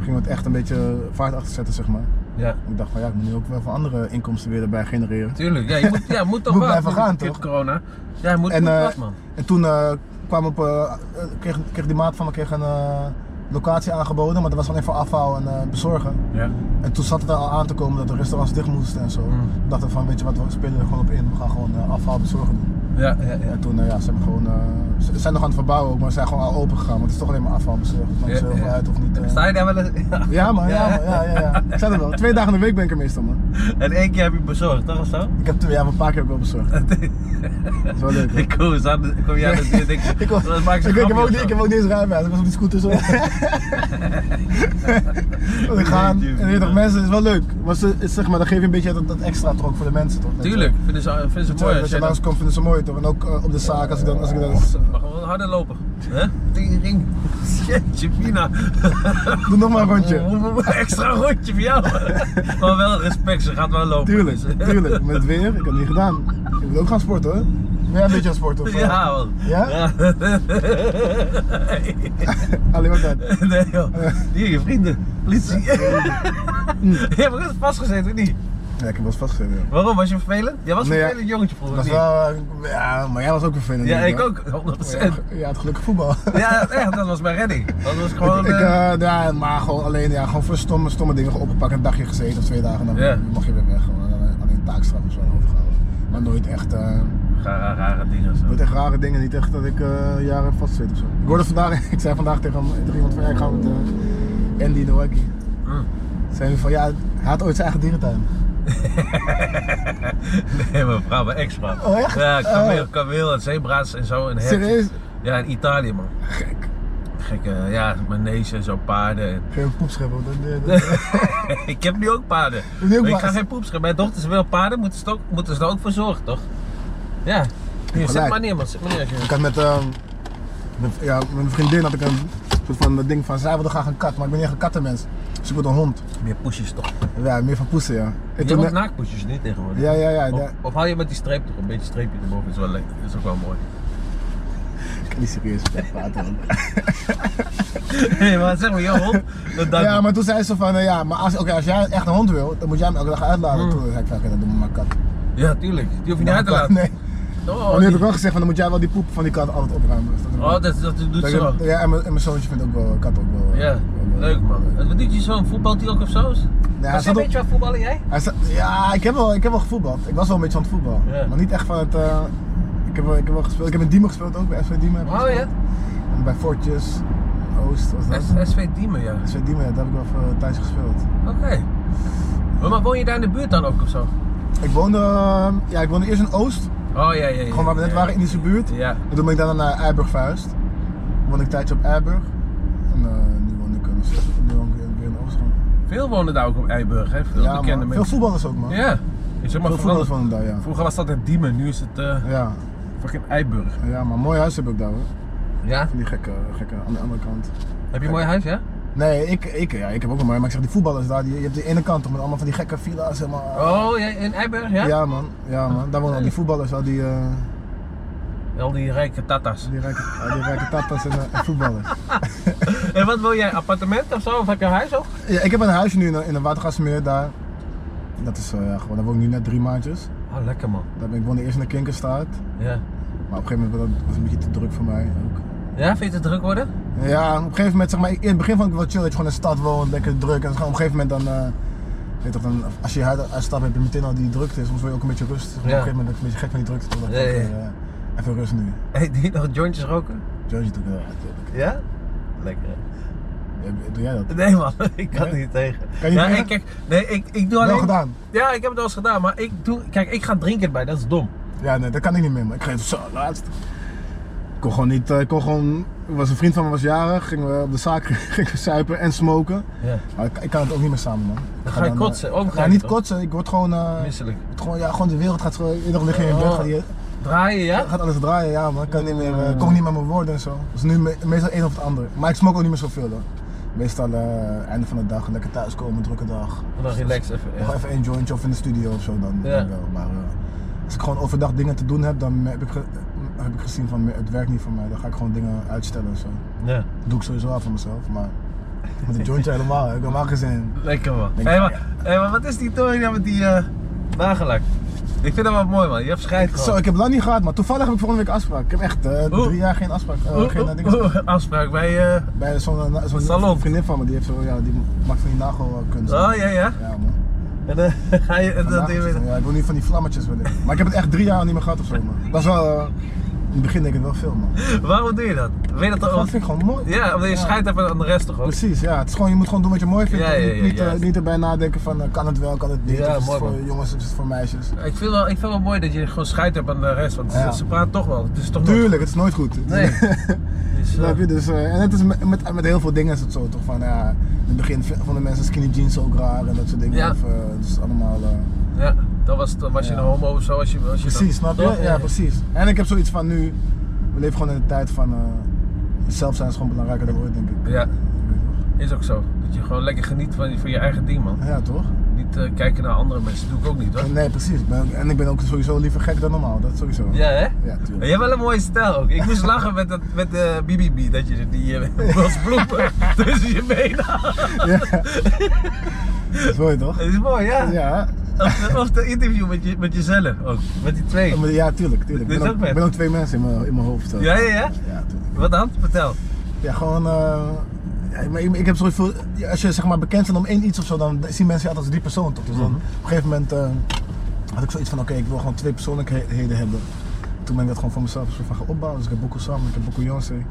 [SPEAKER 2] ging het echt een beetje vaart achter zetten, zeg maar.
[SPEAKER 1] ja.
[SPEAKER 2] Ik dacht van ja, ik moet nu ook wel van andere inkomsten weer erbij genereren.
[SPEAKER 1] Tuurlijk, ja, je moet, ja, moet toch
[SPEAKER 2] Moet
[SPEAKER 1] wat.
[SPEAKER 2] blijven gaan,
[SPEAKER 1] dit
[SPEAKER 2] toch?
[SPEAKER 1] corona. Ja, je moet,
[SPEAKER 2] En,
[SPEAKER 1] moet
[SPEAKER 2] eh,
[SPEAKER 1] wat, man.
[SPEAKER 2] En toen eh, kwam op, eh, eh, kreeg, kreeg die maat van me kreeg een eh, locatie aangeboden, maar dat was alleen voor afhaal en eh, bezorgen.
[SPEAKER 1] Ja.
[SPEAKER 2] En toen zat het er al aan te komen dat de restaurants dicht moesten en zo.
[SPEAKER 1] Mm.
[SPEAKER 2] Ik dacht van weet je wat, we spelen er gewoon op in, we gaan gewoon eh, afhaal en bezorgen doen.
[SPEAKER 1] Ja, ja, ja.
[SPEAKER 2] En toen eh, ja, ze hebben gewoon, eh, ze ze zijn nog aan het verbouwen ook, maar ze zijn gewoon al open gegaan, want het is toch alleen maar afhaal en bezorgen. Het maakt
[SPEAKER 1] Ja,
[SPEAKER 2] niet zoveel
[SPEAKER 1] ja.
[SPEAKER 2] uit of niet. eh.
[SPEAKER 1] Sta je daar wel eens? Ja.
[SPEAKER 2] Ja man, ja, man, ja, ja, ja. Ik zei het wel. Twee dagen in de week ben ik er meestal man.
[SPEAKER 1] En één keer heb je bezorgd, toch of zo?
[SPEAKER 2] Ik heb twee, ja, een paar keer ook wel bezorgd. Dat is wel leuk. hoor.
[SPEAKER 1] Ik kom eens aan de, ik kom je aan de deur en denk,
[SPEAKER 2] Ik,
[SPEAKER 1] dat
[SPEAKER 2] was,
[SPEAKER 1] maakt
[SPEAKER 2] ik,
[SPEAKER 1] ze
[SPEAKER 2] ik, heb
[SPEAKER 1] grappig
[SPEAKER 2] ook, niet-
[SPEAKER 1] of
[SPEAKER 2] ik
[SPEAKER 1] zo.
[SPEAKER 2] heb ook niet eens rijbewijs, ik was op die scooter zo. We gaan, en weet je toch, mensen, het is wel leuk. Maar ze, het- zeg maar, dan geef je een beetje dat, dat extra toch ook voor de mensen toch? Dat je-
[SPEAKER 1] Tuurlijk, vinden ze, vinden ze
[SPEAKER 2] Dat
[SPEAKER 1] mooi
[SPEAKER 2] je, dat
[SPEAKER 1] als
[SPEAKER 2] je
[SPEAKER 1] jij dat...
[SPEAKER 2] langskomt vinden ze nou mooi toch? En ook eh, op de zaak als ik dan... Als ik dan
[SPEAKER 1] Mag wel harder lopen. Hè? Tering. Jeetje, Mina.
[SPEAKER 2] doe nog maar een rondje.
[SPEAKER 1] Extra rondje voor jou. maar wel respect, ze gaat wel lopen.
[SPEAKER 2] Tuurlijk, tuurlijk. Met het weer, ik heb het niet gedaan. Ik moet ook gaan sporten hoor. Ben jij een beetje aan sporten? Of, eh,
[SPEAKER 1] Ja, man.
[SPEAKER 2] Ja? eh, Alleen maar dat.
[SPEAKER 1] Nee, joh. Hier, je vrienden. Politie. Je hebt vast vastgezeten, of niet?
[SPEAKER 2] Ja, ik heb wel eens vastgezeten. joh.
[SPEAKER 1] Waarom? Was je vervelend? Jij was een
[SPEAKER 2] Nee, ja.
[SPEAKER 1] vervelend jongetje vroeger.
[SPEAKER 2] Dat
[SPEAKER 1] of
[SPEAKER 2] is wel, eh, ja, maar jij was ook vervelend.
[SPEAKER 1] niet? Ja,
[SPEAKER 2] denk
[SPEAKER 1] ik ook. 100%.
[SPEAKER 2] hè? Ja, ja, het gelukkige voetbal.
[SPEAKER 1] Ja, echt, dat was mijn redding. Dat was gewoon.
[SPEAKER 2] ik, ik,
[SPEAKER 1] eh,
[SPEAKER 2] eh, ja, maar gewoon alleen ja, gewoon voor stomme, stomme dingen gewoon opgepakt. Een dagje gezeten of twee dagen. Dan
[SPEAKER 1] Ja.
[SPEAKER 2] mag je weer weg. Gewoon, eh, alleen taakstraf of zo overgehouden. Maar nooit echt, eh,
[SPEAKER 1] Ga- ra- rare dingen zo.
[SPEAKER 2] nooit echt rare dingen. Niet echt dat ik eh, jaren vastzit of zo. Ik hoorde vandaag, ik zei vandaag tegen, hem- tegen iemand van ja, ik ga met eh, Andy de Wacky.
[SPEAKER 1] Mm.
[SPEAKER 2] Zei hij van ja, hij had ooit zijn eigen dierentuin.
[SPEAKER 1] Nee, mijn vrouw, mijn ex-vrouw.
[SPEAKER 2] Oh, echt?
[SPEAKER 1] Ja, kameel,
[SPEAKER 2] Oh.
[SPEAKER 1] kameel en zebra's en zo. En herten.
[SPEAKER 2] Serieus?
[SPEAKER 1] Ja, in Italië, man.
[SPEAKER 2] Gek.
[SPEAKER 1] Gekke, ja, manege en zo, paarden. En-
[SPEAKER 2] Geen poep scheppen. Dat, dat- dat-
[SPEAKER 1] ik heb nu ook paarden.
[SPEAKER 2] Nu ook
[SPEAKER 1] maar ik ga
[SPEAKER 2] paarden.
[SPEAKER 1] geen poep schrijven. Mijn dochters wil paarden, moeten ze, het ook, moeten ze er ook voor zorgen, toch? Ja. Hier, zet
[SPEAKER 2] Gelijk.
[SPEAKER 1] maar neer, man. Zet maar neer.
[SPEAKER 2] Ik
[SPEAKER 1] alsjeblieft.
[SPEAKER 2] had met, ehm, met, ja, met mijn vriendin had ik een soort van dat ding van zij wilde graag een kat, maar ik ben niet echt een kattenmens. Dus ik wil een hond.
[SPEAKER 1] Meer poesjes toch?
[SPEAKER 2] Ja, meer van poezen, ja. En
[SPEAKER 1] Je
[SPEAKER 2] toen-
[SPEAKER 1] hebt naakpoesjes niet tegenwoordig.
[SPEAKER 2] ja, ja, ja.
[SPEAKER 1] Of,
[SPEAKER 2] ja.
[SPEAKER 1] of haal je met die streep toch een beetje streepje erboven, is wel lekker. Is ook wel mooi.
[SPEAKER 2] Ik kan eh, niet serieus praten. man.
[SPEAKER 1] Nee, maar zeg maar, joh, hond, dat duikt.
[SPEAKER 2] Ja, maar toen zei ze van, eh, ja, maar als, oké, als jij echt een hond wil, dan moet jij hem elke dag uitladen.
[SPEAKER 1] Hmm.
[SPEAKER 2] Toen zei ik, van, oké, dan doen we maar een kat.
[SPEAKER 1] Ja, tuurlijk. Die hoef je niet uit te
[SPEAKER 2] Maar
[SPEAKER 1] laten.
[SPEAKER 2] Nee.
[SPEAKER 1] Oh,
[SPEAKER 2] Maar nu heb ik
[SPEAKER 1] die-
[SPEAKER 2] wel gezegd van, dan moet jij wel die poep van die kat altijd opruimen. Dus dat is wel-
[SPEAKER 1] oh, dat, dat doet
[SPEAKER 2] Dat
[SPEAKER 1] ze wel.
[SPEAKER 2] ik- ja, en mijn, en mijn zoontje vindt ook wel kat ook wel. eh,
[SPEAKER 1] Ja,
[SPEAKER 2] wel, eh,
[SPEAKER 1] leuk man. En Wat doet je zo'n voetbaltie ook of zo?
[SPEAKER 2] Ja, hij
[SPEAKER 1] Was jij
[SPEAKER 2] zat
[SPEAKER 1] een
[SPEAKER 2] op-
[SPEAKER 1] beetje aan voetballen jij?
[SPEAKER 2] hij zat- ja, ik heb wel, ik heb wel gevoetbald. Ik was wel een beetje aan het voetbal.
[SPEAKER 1] Ja.
[SPEAKER 2] Maar niet echt van het. eh, ik, heb wel, ik heb wel gespeeld. Ik heb in Diemen gespeeld ook bij SV Diemen. heb ik
[SPEAKER 1] Oh
[SPEAKER 2] gespeeld.
[SPEAKER 1] ja,
[SPEAKER 2] En bij Fortjes, Oost. Was dat?
[SPEAKER 1] S- SV Diemen ja.
[SPEAKER 2] SV Diemen, ja, daar heb ik wel voor eh, thuis gespeeld.
[SPEAKER 1] Oké. Maar, maar woon je daar in de buurt dan ook of zo?
[SPEAKER 2] Ik woonde, eh, ja, ik woonde eerst in Oost,
[SPEAKER 1] Oh ja, ja, ja.
[SPEAKER 2] gewoon waar we net
[SPEAKER 1] ja.
[SPEAKER 2] waren, Indische buurt.
[SPEAKER 1] Ja.
[SPEAKER 2] En toen ben ik daarna naar Eiburg verhuisd. Toen woonde ik een tijdje op Eiburg. En eh, nu woon ik in nu woon ik weer- weer in Oost. gewoon.
[SPEAKER 1] Veel wonen daar ook op Eiburg, hè? Veel
[SPEAKER 2] Ja, man.
[SPEAKER 1] bekende
[SPEAKER 2] Veel
[SPEAKER 1] mensen.
[SPEAKER 2] voetballers ook, man.
[SPEAKER 1] Ja. Ik zeg maar,
[SPEAKER 2] Veel voetballers
[SPEAKER 1] vroeger,
[SPEAKER 2] wonen daar, ja.
[SPEAKER 1] vroeger was dat in Diemen, nu is het eh
[SPEAKER 2] Ja,
[SPEAKER 1] fucking Eiburg.
[SPEAKER 2] ja, maar mooi huis heb ik daar hoor.
[SPEAKER 1] Ja?
[SPEAKER 2] Van die gekke, gekke aan de andere kant.
[SPEAKER 1] Heb je een mooi huis, ja?
[SPEAKER 2] Nee, ik, ik, ja, ik heb ook een mooi, maar ik zeg die voetballers daar, die, je hebt die ene kant toch met allemaal van die gekke villa's helemaal.
[SPEAKER 1] Oh, ja, in Eiburg, ja?
[SPEAKER 2] Ja man, ja man, daar wonen al die voetballers, al die, eh,
[SPEAKER 1] Al die rijke tata's.
[SPEAKER 2] die, rijke, al die rijke tatas en, eh, en voetballers.
[SPEAKER 1] En wat wil jij, een appartement of zo? Of heb je een huis ook?
[SPEAKER 2] Ja, ik heb een huisje nu in, de- in de Watergasmeer daar. Dat is eh, ja, gewoon, daar woon ik nu net drie maandjes.
[SPEAKER 1] Oh, lekker man.
[SPEAKER 2] Daar ben ik woonde eerst in de Kinkerstaat,
[SPEAKER 1] Ja.
[SPEAKER 2] maar op een gegeven moment was dat was een beetje te druk voor mij ook.
[SPEAKER 1] Ja, vind je het druk worden?
[SPEAKER 2] Ja, op een gegeven moment zeg maar, in het begin vond ik het wel chill dat je gewoon in de stad woont, lekker druk. En gewoon op een gegeven moment dan, eh, weet je toch, dan als je uit uitstapt heb je meteen al die drukte. Soms wil je ook een beetje rust. Op een
[SPEAKER 1] Ja.
[SPEAKER 2] gegeven moment ben ik een beetje gek van die drukte. Toen dacht ik,
[SPEAKER 1] Ja, ja,
[SPEAKER 2] oké,
[SPEAKER 1] ja.
[SPEAKER 2] eh, even rust nu.
[SPEAKER 1] Hey, doe je nog jointjes roken?
[SPEAKER 2] George doet dat natuurlijk.
[SPEAKER 1] Ja? Lekker. hè?
[SPEAKER 2] Ja, Doe jij dat?
[SPEAKER 1] Nee man, ik kan
[SPEAKER 2] Nee?
[SPEAKER 1] niet tegen.
[SPEAKER 2] Kan je
[SPEAKER 1] ja,
[SPEAKER 2] niet
[SPEAKER 1] ik, kijk, nee, ik, ik doe alleen...
[SPEAKER 2] Wel gedaan.
[SPEAKER 1] Ja, ik heb het wel eens gedaan, maar ik doe... Kijk, ik ga drinken bij, dat is dom.
[SPEAKER 2] Ja, nee, dat kan ik niet meer. Maar ik geef zo laatst. Ik kon gewoon niet, eh, ik kon gewoon, er was een vriend van me was jarig, gingen we op de zaak gingen we suipen en smoken.
[SPEAKER 1] Ja.
[SPEAKER 2] Maar ik, ik kan het ook niet meer samen man.
[SPEAKER 1] Dan ga je kotsen, ook ga
[SPEAKER 2] Ja,
[SPEAKER 1] je
[SPEAKER 2] nou, niet
[SPEAKER 1] toch?
[SPEAKER 2] kotsen, ik word gewoon, eh,
[SPEAKER 1] Misselijk.
[SPEAKER 2] het gewoon, ja, gewoon de wereld gaat gewoon, iedere lig je in je bed,
[SPEAKER 1] Oh.
[SPEAKER 2] gaat die-
[SPEAKER 1] Draaien, ja?
[SPEAKER 2] gaat alles draaien, ja man. Ik kan niet meer, eh, kom niet met mijn woorden en zo. Dus nu me- meestal één of het ander. Maar ik smoke ook niet meer zoveel hoor. Meestal eh, einde van de dag, lekker thuiskomen, drukke dag.
[SPEAKER 1] En dan relax even.
[SPEAKER 2] Nog
[SPEAKER 1] Ja.
[SPEAKER 2] even een jointje of in de studio of zo dan,
[SPEAKER 1] Ja.
[SPEAKER 2] dan wel. Maar eh, als ik gewoon overdag dingen te doen heb, dan heb ik, ge- heb ik gezien van het werkt niet voor mij. Dan ga ik gewoon dingen uitstellen en zo.
[SPEAKER 1] Ja.
[SPEAKER 2] Dat doe ik sowieso af van mezelf, maar met een jointje helemaal, heb ik helemaal geen zin in.
[SPEAKER 1] Lekker man.
[SPEAKER 2] Denk
[SPEAKER 1] Hey,
[SPEAKER 2] ik,
[SPEAKER 1] maar, hey, maar wat is die toren nou met die eh, nagellak? Ik vind dat wel mooi man, je hebt scheid
[SPEAKER 2] Zo,
[SPEAKER 1] gewoon.
[SPEAKER 2] ik heb lang niet gehad, maar toevallig heb ik volgende week afspraak. Ik heb echt eh,
[SPEAKER 1] Oeh.
[SPEAKER 2] drie jaar geen afspraak. eh,
[SPEAKER 1] Oeh,
[SPEAKER 2] geen, eh,
[SPEAKER 1] oeh,
[SPEAKER 2] dingen.
[SPEAKER 1] oeh, afspraak bij... eh,
[SPEAKER 2] Bij zo'n zo'n
[SPEAKER 1] Oh, Salon.
[SPEAKER 2] vriendin van me, die, heeft zo, ja, die maakt van die nagelkunst.
[SPEAKER 1] Oh ja, ja.
[SPEAKER 2] Ja man.
[SPEAKER 1] En dan ga je... en
[SPEAKER 2] Van
[SPEAKER 1] dan doe je
[SPEAKER 2] nageltjes
[SPEAKER 1] weer-
[SPEAKER 2] dan. Ja, ik wil niet van die vlammetjes willen. Maar ik heb het echt drie jaar niet meer gehad of zo man. Dat is wel, eh, in het begin denk ik wel veel man.
[SPEAKER 1] Waarom doe je dat? Weet je dat
[SPEAKER 2] Dat
[SPEAKER 1] dan?
[SPEAKER 2] vind ik gewoon mooi.
[SPEAKER 1] Ja, omdat je
[SPEAKER 2] Ja.
[SPEAKER 1] scheid hebt aan de rest toch ook?
[SPEAKER 2] Precies, ja. Het is gewoon, je moet gewoon doen wat je mooi vindt.
[SPEAKER 1] Ja, ja,
[SPEAKER 2] en
[SPEAKER 1] ja,
[SPEAKER 2] niet, niet, eh,
[SPEAKER 1] juist.
[SPEAKER 2] niet erbij nadenken van eh, kan het wel, kan het niet.
[SPEAKER 1] Ja,
[SPEAKER 2] of is
[SPEAKER 1] mooi,
[SPEAKER 2] het voor
[SPEAKER 1] man.
[SPEAKER 2] jongens, of is het voor meisjes.
[SPEAKER 1] Ik vind, wel, ik vind wel mooi dat je gewoon scheid hebt aan de rest, want ze-
[SPEAKER 2] Ja.
[SPEAKER 1] ze praat toch wel. Het is toch nooit-
[SPEAKER 2] Tuurlijk, het is nooit goed.
[SPEAKER 1] Nee. Dus, eh,
[SPEAKER 2] Snap je? Dus, eh, en het is met, met, met heel veel dingen is het zo toch van ja, in het begin v- vonden mensen skinny jeans ook raar en dat soort dingen.
[SPEAKER 1] Ja.
[SPEAKER 2] Of, eh, het is allemaal. eh,
[SPEAKER 1] ja, dan was, dan was je
[SPEAKER 2] Ja.
[SPEAKER 1] een homo of zo. Als je, als je
[SPEAKER 2] precies,
[SPEAKER 1] dan-
[SPEAKER 2] snap je?
[SPEAKER 1] toch?
[SPEAKER 2] Ja, precies. En ik heb zoiets van nu, we leven gewoon in een tijd van eh, zelf zijn is gewoon belangrijker dan ooit, denk ik.
[SPEAKER 1] Ja, is ook zo. Dat je gewoon lekker geniet van, van je eigen ding, man.
[SPEAKER 2] Ja, toch?
[SPEAKER 1] Niet eh, kijken naar andere mensen, doe ik ook niet, hoor.
[SPEAKER 2] Nee, precies. Ik ben- en ik ben ook sowieso liever gek dan normaal, dat sowieso.
[SPEAKER 1] Ja, hè?
[SPEAKER 2] Ja,
[SPEAKER 1] Maar
[SPEAKER 2] tuurlijk.
[SPEAKER 1] je hebt wel een mooie stijl ook. Ik moest lachen met, dat, met eh, de BBB, dat je die eh, was bloemen tussen je benen.
[SPEAKER 2] Ja. Sorry toch?
[SPEAKER 1] Dat is mooi, ja.
[SPEAKER 2] Ja,
[SPEAKER 1] Of, de, of de interview met, je, met jezelf ook, met die twee.
[SPEAKER 2] maar ja, tuurlijk. tuurlijk.
[SPEAKER 1] Dit
[SPEAKER 2] Ik
[SPEAKER 1] is
[SPEAKER 2] ben,
[SPEAKER 1] ook
[SPEAKER 2] ook,
[SPEAKER 1] vet.
[SPEAKER 2] ik ben ook twee mensen in mijn, in mijn hoofd. eh.
[SPEAKER 1] Ja, ja, ja.
[SPEAKER 2] Ja, tuurlijk.
[SPEAKER 1] Wat dan? Vertel.
[SPEAKER 2] Ja, gewoon. eh, ja, maar ik, ik heb zoiets voor. ja, Als je zeg maar bekend bent om één iets of zo, dan zien mensen je altijd als die persoon toch? Dus dan,
[SPEAKER 1] Mhm.
[SPEAKER 2] op een gegeven moment eh, had ik zoiets van: oké, ik wil gewoon twee persoonlijkheden hebben. Toen ben ik dat gewoon voor mezelf een soort van gaan opbouwen. Dus ik heb Boko Sam, ik heb Boko Yonsei.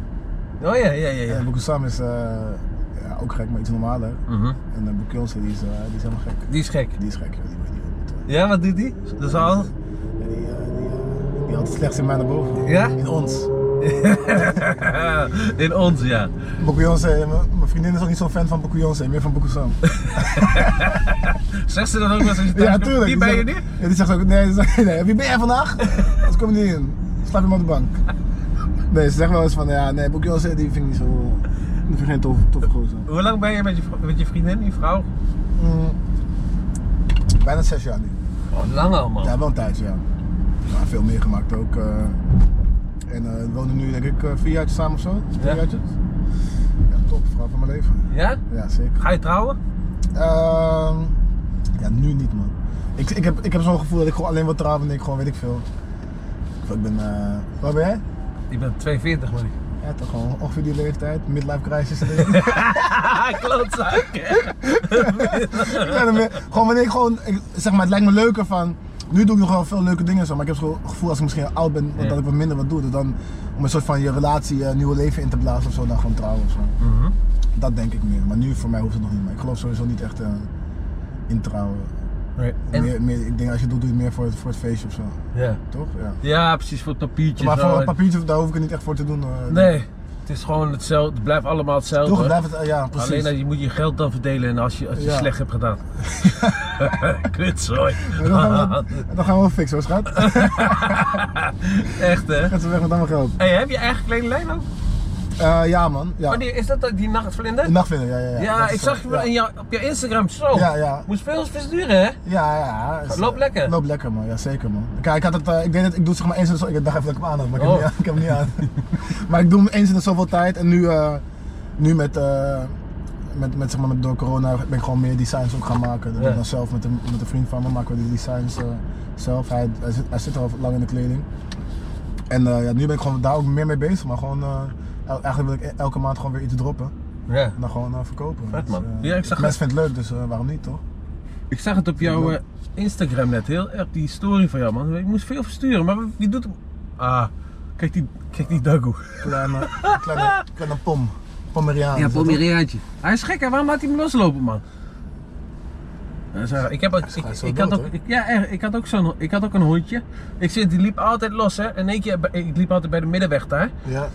[SPEAKER 1] Oh ja, ja, ja. ja.
[SPEAKER 2] En Boko Sam is eh, ja, ook gek, maar iets normaler.
[SPEAKER 1] Mhm.
[SPEAKER 2] En uh, Boko Yonsei die is, eh, die is helemaal gek.
[SPEAKER 1] Die is gek.
[SPEAKER 2] Die is gek, joh. Die, die, die,
[SPEAKER 1] Ja, wat doet die? De zaal?
[SPEAKER 2] Ja, die, eh, die, eh, die had het slechts in mij naar boven.
[SPEAKER 1] Ja?
[SPEAKER 2] In ons.
[SPEAKER 1] In ons, ja.
[SPEAKER 2] Bokuyonse, eh, mijn mijn vriendin is ook niet zo'n fan van Bokuyonse, meer van Bokusam.
[SPEAKER 1] Zegt ze dan ook wel eens als je thuis komt, Wie ben je nu?
[SPEAKER 2] Ja, die zegt ook, nee, die zegt, nee, wie ben jij vandaag? anders kom je niet in. Slaap je maar op de bank. Nee, ze zeggen wel eens van, ja, nee, Boekje die vind ik niet zo... Dat vind ik geen tof, toffe gozer.
[SPEAKER 1] Hoe lang ben je met je, vrou- met je vriendin, je vrouw?
[SPEAKER 2] Mm, bijna zes jaar nu.
[SPEAKER 1] Oh, lang al, man.
[SPEAKER 2] Ja, wel een tijdje, ja. Ja, veel meegemaakt ook. eh. en eh, we wonen nu denk ik eh, vier jaar samen of zo. Vier
[SPEAKER 1] Ja.
[SPEAKER 2] jaartjes. Ja, top, vrouw van mijn leven.
[SPEAKER 1] Ja?
[SPEAKER 2] Ja, zeker.
[SPEAKER 1] Ga je trouwen?
[SPEAKER 2] Ehm, ja, nu niet man. Ik, ik heb, ik heb zo'n gevoel dat ik gewoon alleen wil trouwen en ik gewoon weet ik veel. Ik ben, eh, waar ben jij?
[SPEAKER 1] Ik ben 42, man.
[SPEAKER 2] Ja, toch gewoon ongeveer die leeftijd, midlife crisis. ik Ah,
[SPEAKER 1] Klootzak, hè?
[SPEAKER 2] ben er meer- gewoon wanneer ik gewoon, ik- zeg maar, het lijkt me leuker van, nu doe ik nog wel veel leuke dingen en zo, maar ik heb gewoon het gevoel als ik misschien oud ben,
[SPEAKER 1] Ja.
[SPEAKER 2] dat ik wat minder wat doe. Dus dan om een soort van je relatie, eh nieuwe leven in te blazen of zo, dan gewoon trouwen of zo.
[SPEAKER 1] Mhm.
[SPEAKER 2] Dat denk ik meer, maar nu voor mij hoeft het nog niet meer. Ik geloof sowieso niet echt eh, in trouwen.
[SPEAKER 1] En-
[SPEAKER 2] Meer, meer, ik denk als je het doet, doe je het meer voor het, voor het feestje of zo,
[SPEAKER 1] ja.
[SPEAKER 2] toch? Ja.
[SPEAKER 1] ja, precies, voor het papiertje.
[SPEAKER 2] Maar
[SPEAKER 1] zo.
[SPEAKER 2] voor een papiertje, daar hoef ik het niet echt voor te doen. eh.
[SPEAKER 1] Nee, het is gewoon hetzelfde. Het blijft allemaal hetzelfde.
[SPEAKER 2] Toch, het blijft het, eh, ja, precies.
[SPEAKER 1] Alleen dat je moet je geld dan verdelen en als je, als je
[SPEAKER 2] Ja.
[SPEAKER 1] slecht hebt gedaan. Kutzooi.
[SPEAKER 2] Ja, dan, gaan we, dan gaan we wel fixen hoor, schat. Dan
[SPEAKER 1] Echt hè?
[SPEAKER 2] Gaan ze weg met allemaal geld.
[SPEAKER 1] Hey, heb je eigen kledinglijn ook?
[SPEAKER 2] Eh, ja man, ja.
[SPEAKER 1] Oh, die, is dat die nachtvlinder?
[SPEAKER 2] De nachtvinder, ja, ja. Ja,
[SPEAKER 1] ja,
[SPEAKER 2] Dat is
[SPEAKER 1] ik
[SPEAKER 2] zo,
[SPEAKER 1] zag je
[SPEAKER 2] ja.
[SPEAKER 1] in jou- op je Instagram zo.
[SPEAKER 2] Ja, ja.
[SPEAKER 1] Moest veel versturen hè?
[SPEAKER 2] Ja, ja. Is,
[SPEAKER 1] Loopt
[SPEAKER 2] eh,
[SPEAKER 1] lekker.
[SPEAKER 2] Loopt lekker man, ja zeker man. Kijk, ik, had het, eh, ik deed het, ik doe het zeg maar eens in de zoveel Ik dacht even dat ik hem aan had, maar ik,
[SPEAKER 1] Oh.
[SPEAKER 2] heb, hem niet aan, ik heb hem niet aan. maar ik doe hem eens in de zoveel tijd en nu, eh, nu met, eh, met, met, zeg maar, met door corona ben ik gewoon meer designs ook gaan maken. Dat doe
[SPEAKER 1] Ja.
[SPEAKER 2] ik dan zelf met een, met een vriend van me maken we die designs eh, zelf. Hij, hij, zit, hij zit al lang in de kleding. En eh, ja, nu ben ik gewoon daar ook meer mee bezig, maar gewoon, eh, el- eigenlijk wil ik e-, elke maand gewoon weer iets droppen.
[SPEAKER 1] Ja.
[SPEAKER 2] En dan gewoon eh, verkopen.
[SPEAKER 1] Vet, man.
[SPEAKER 2] eh,
[SPEAKER 1] Ja, ik zag
[SPEAKER 2] mensen vinden het leuk, dus eh, waarom niet toch?
[SPEAKER 1] Ik zag het op jouw eh, Instagram net, heel erg die story van jou man. Ik moest veel versturen, maar wie doet hem? Ah, kijk die, kijk die Dagoe.
[SPEAKER 2] Kleine, kleine, kleine pom. Pomeriaan.
[SPEAKER 1] Ja,
[SPEAKER 2] is dat
[SPEAKER 1] Pomeriaantje. Hij is gek, hè? waarom laat hij hem loslopen, man? Ja, zo, Ik, heb, ook-
[SPEAKER 2] is
[SPEAKER 1] ik,
[SPEAKER 2] gewoon zo
[SPEAKER 1] ik, had
[SPEAKER 2] wild,
[SPEAKER 1] ook,
[SPEAKER 2] hoor.
[SPEAKER 1] ik, ja, echt, ik, had ook zo'n, ik had ook een hondje. Ik zit, die liep altijd los, hè? En één keer, bij- ik liep altijd bij de middenweg daar.
[SPEAKER 2] toch? Ja,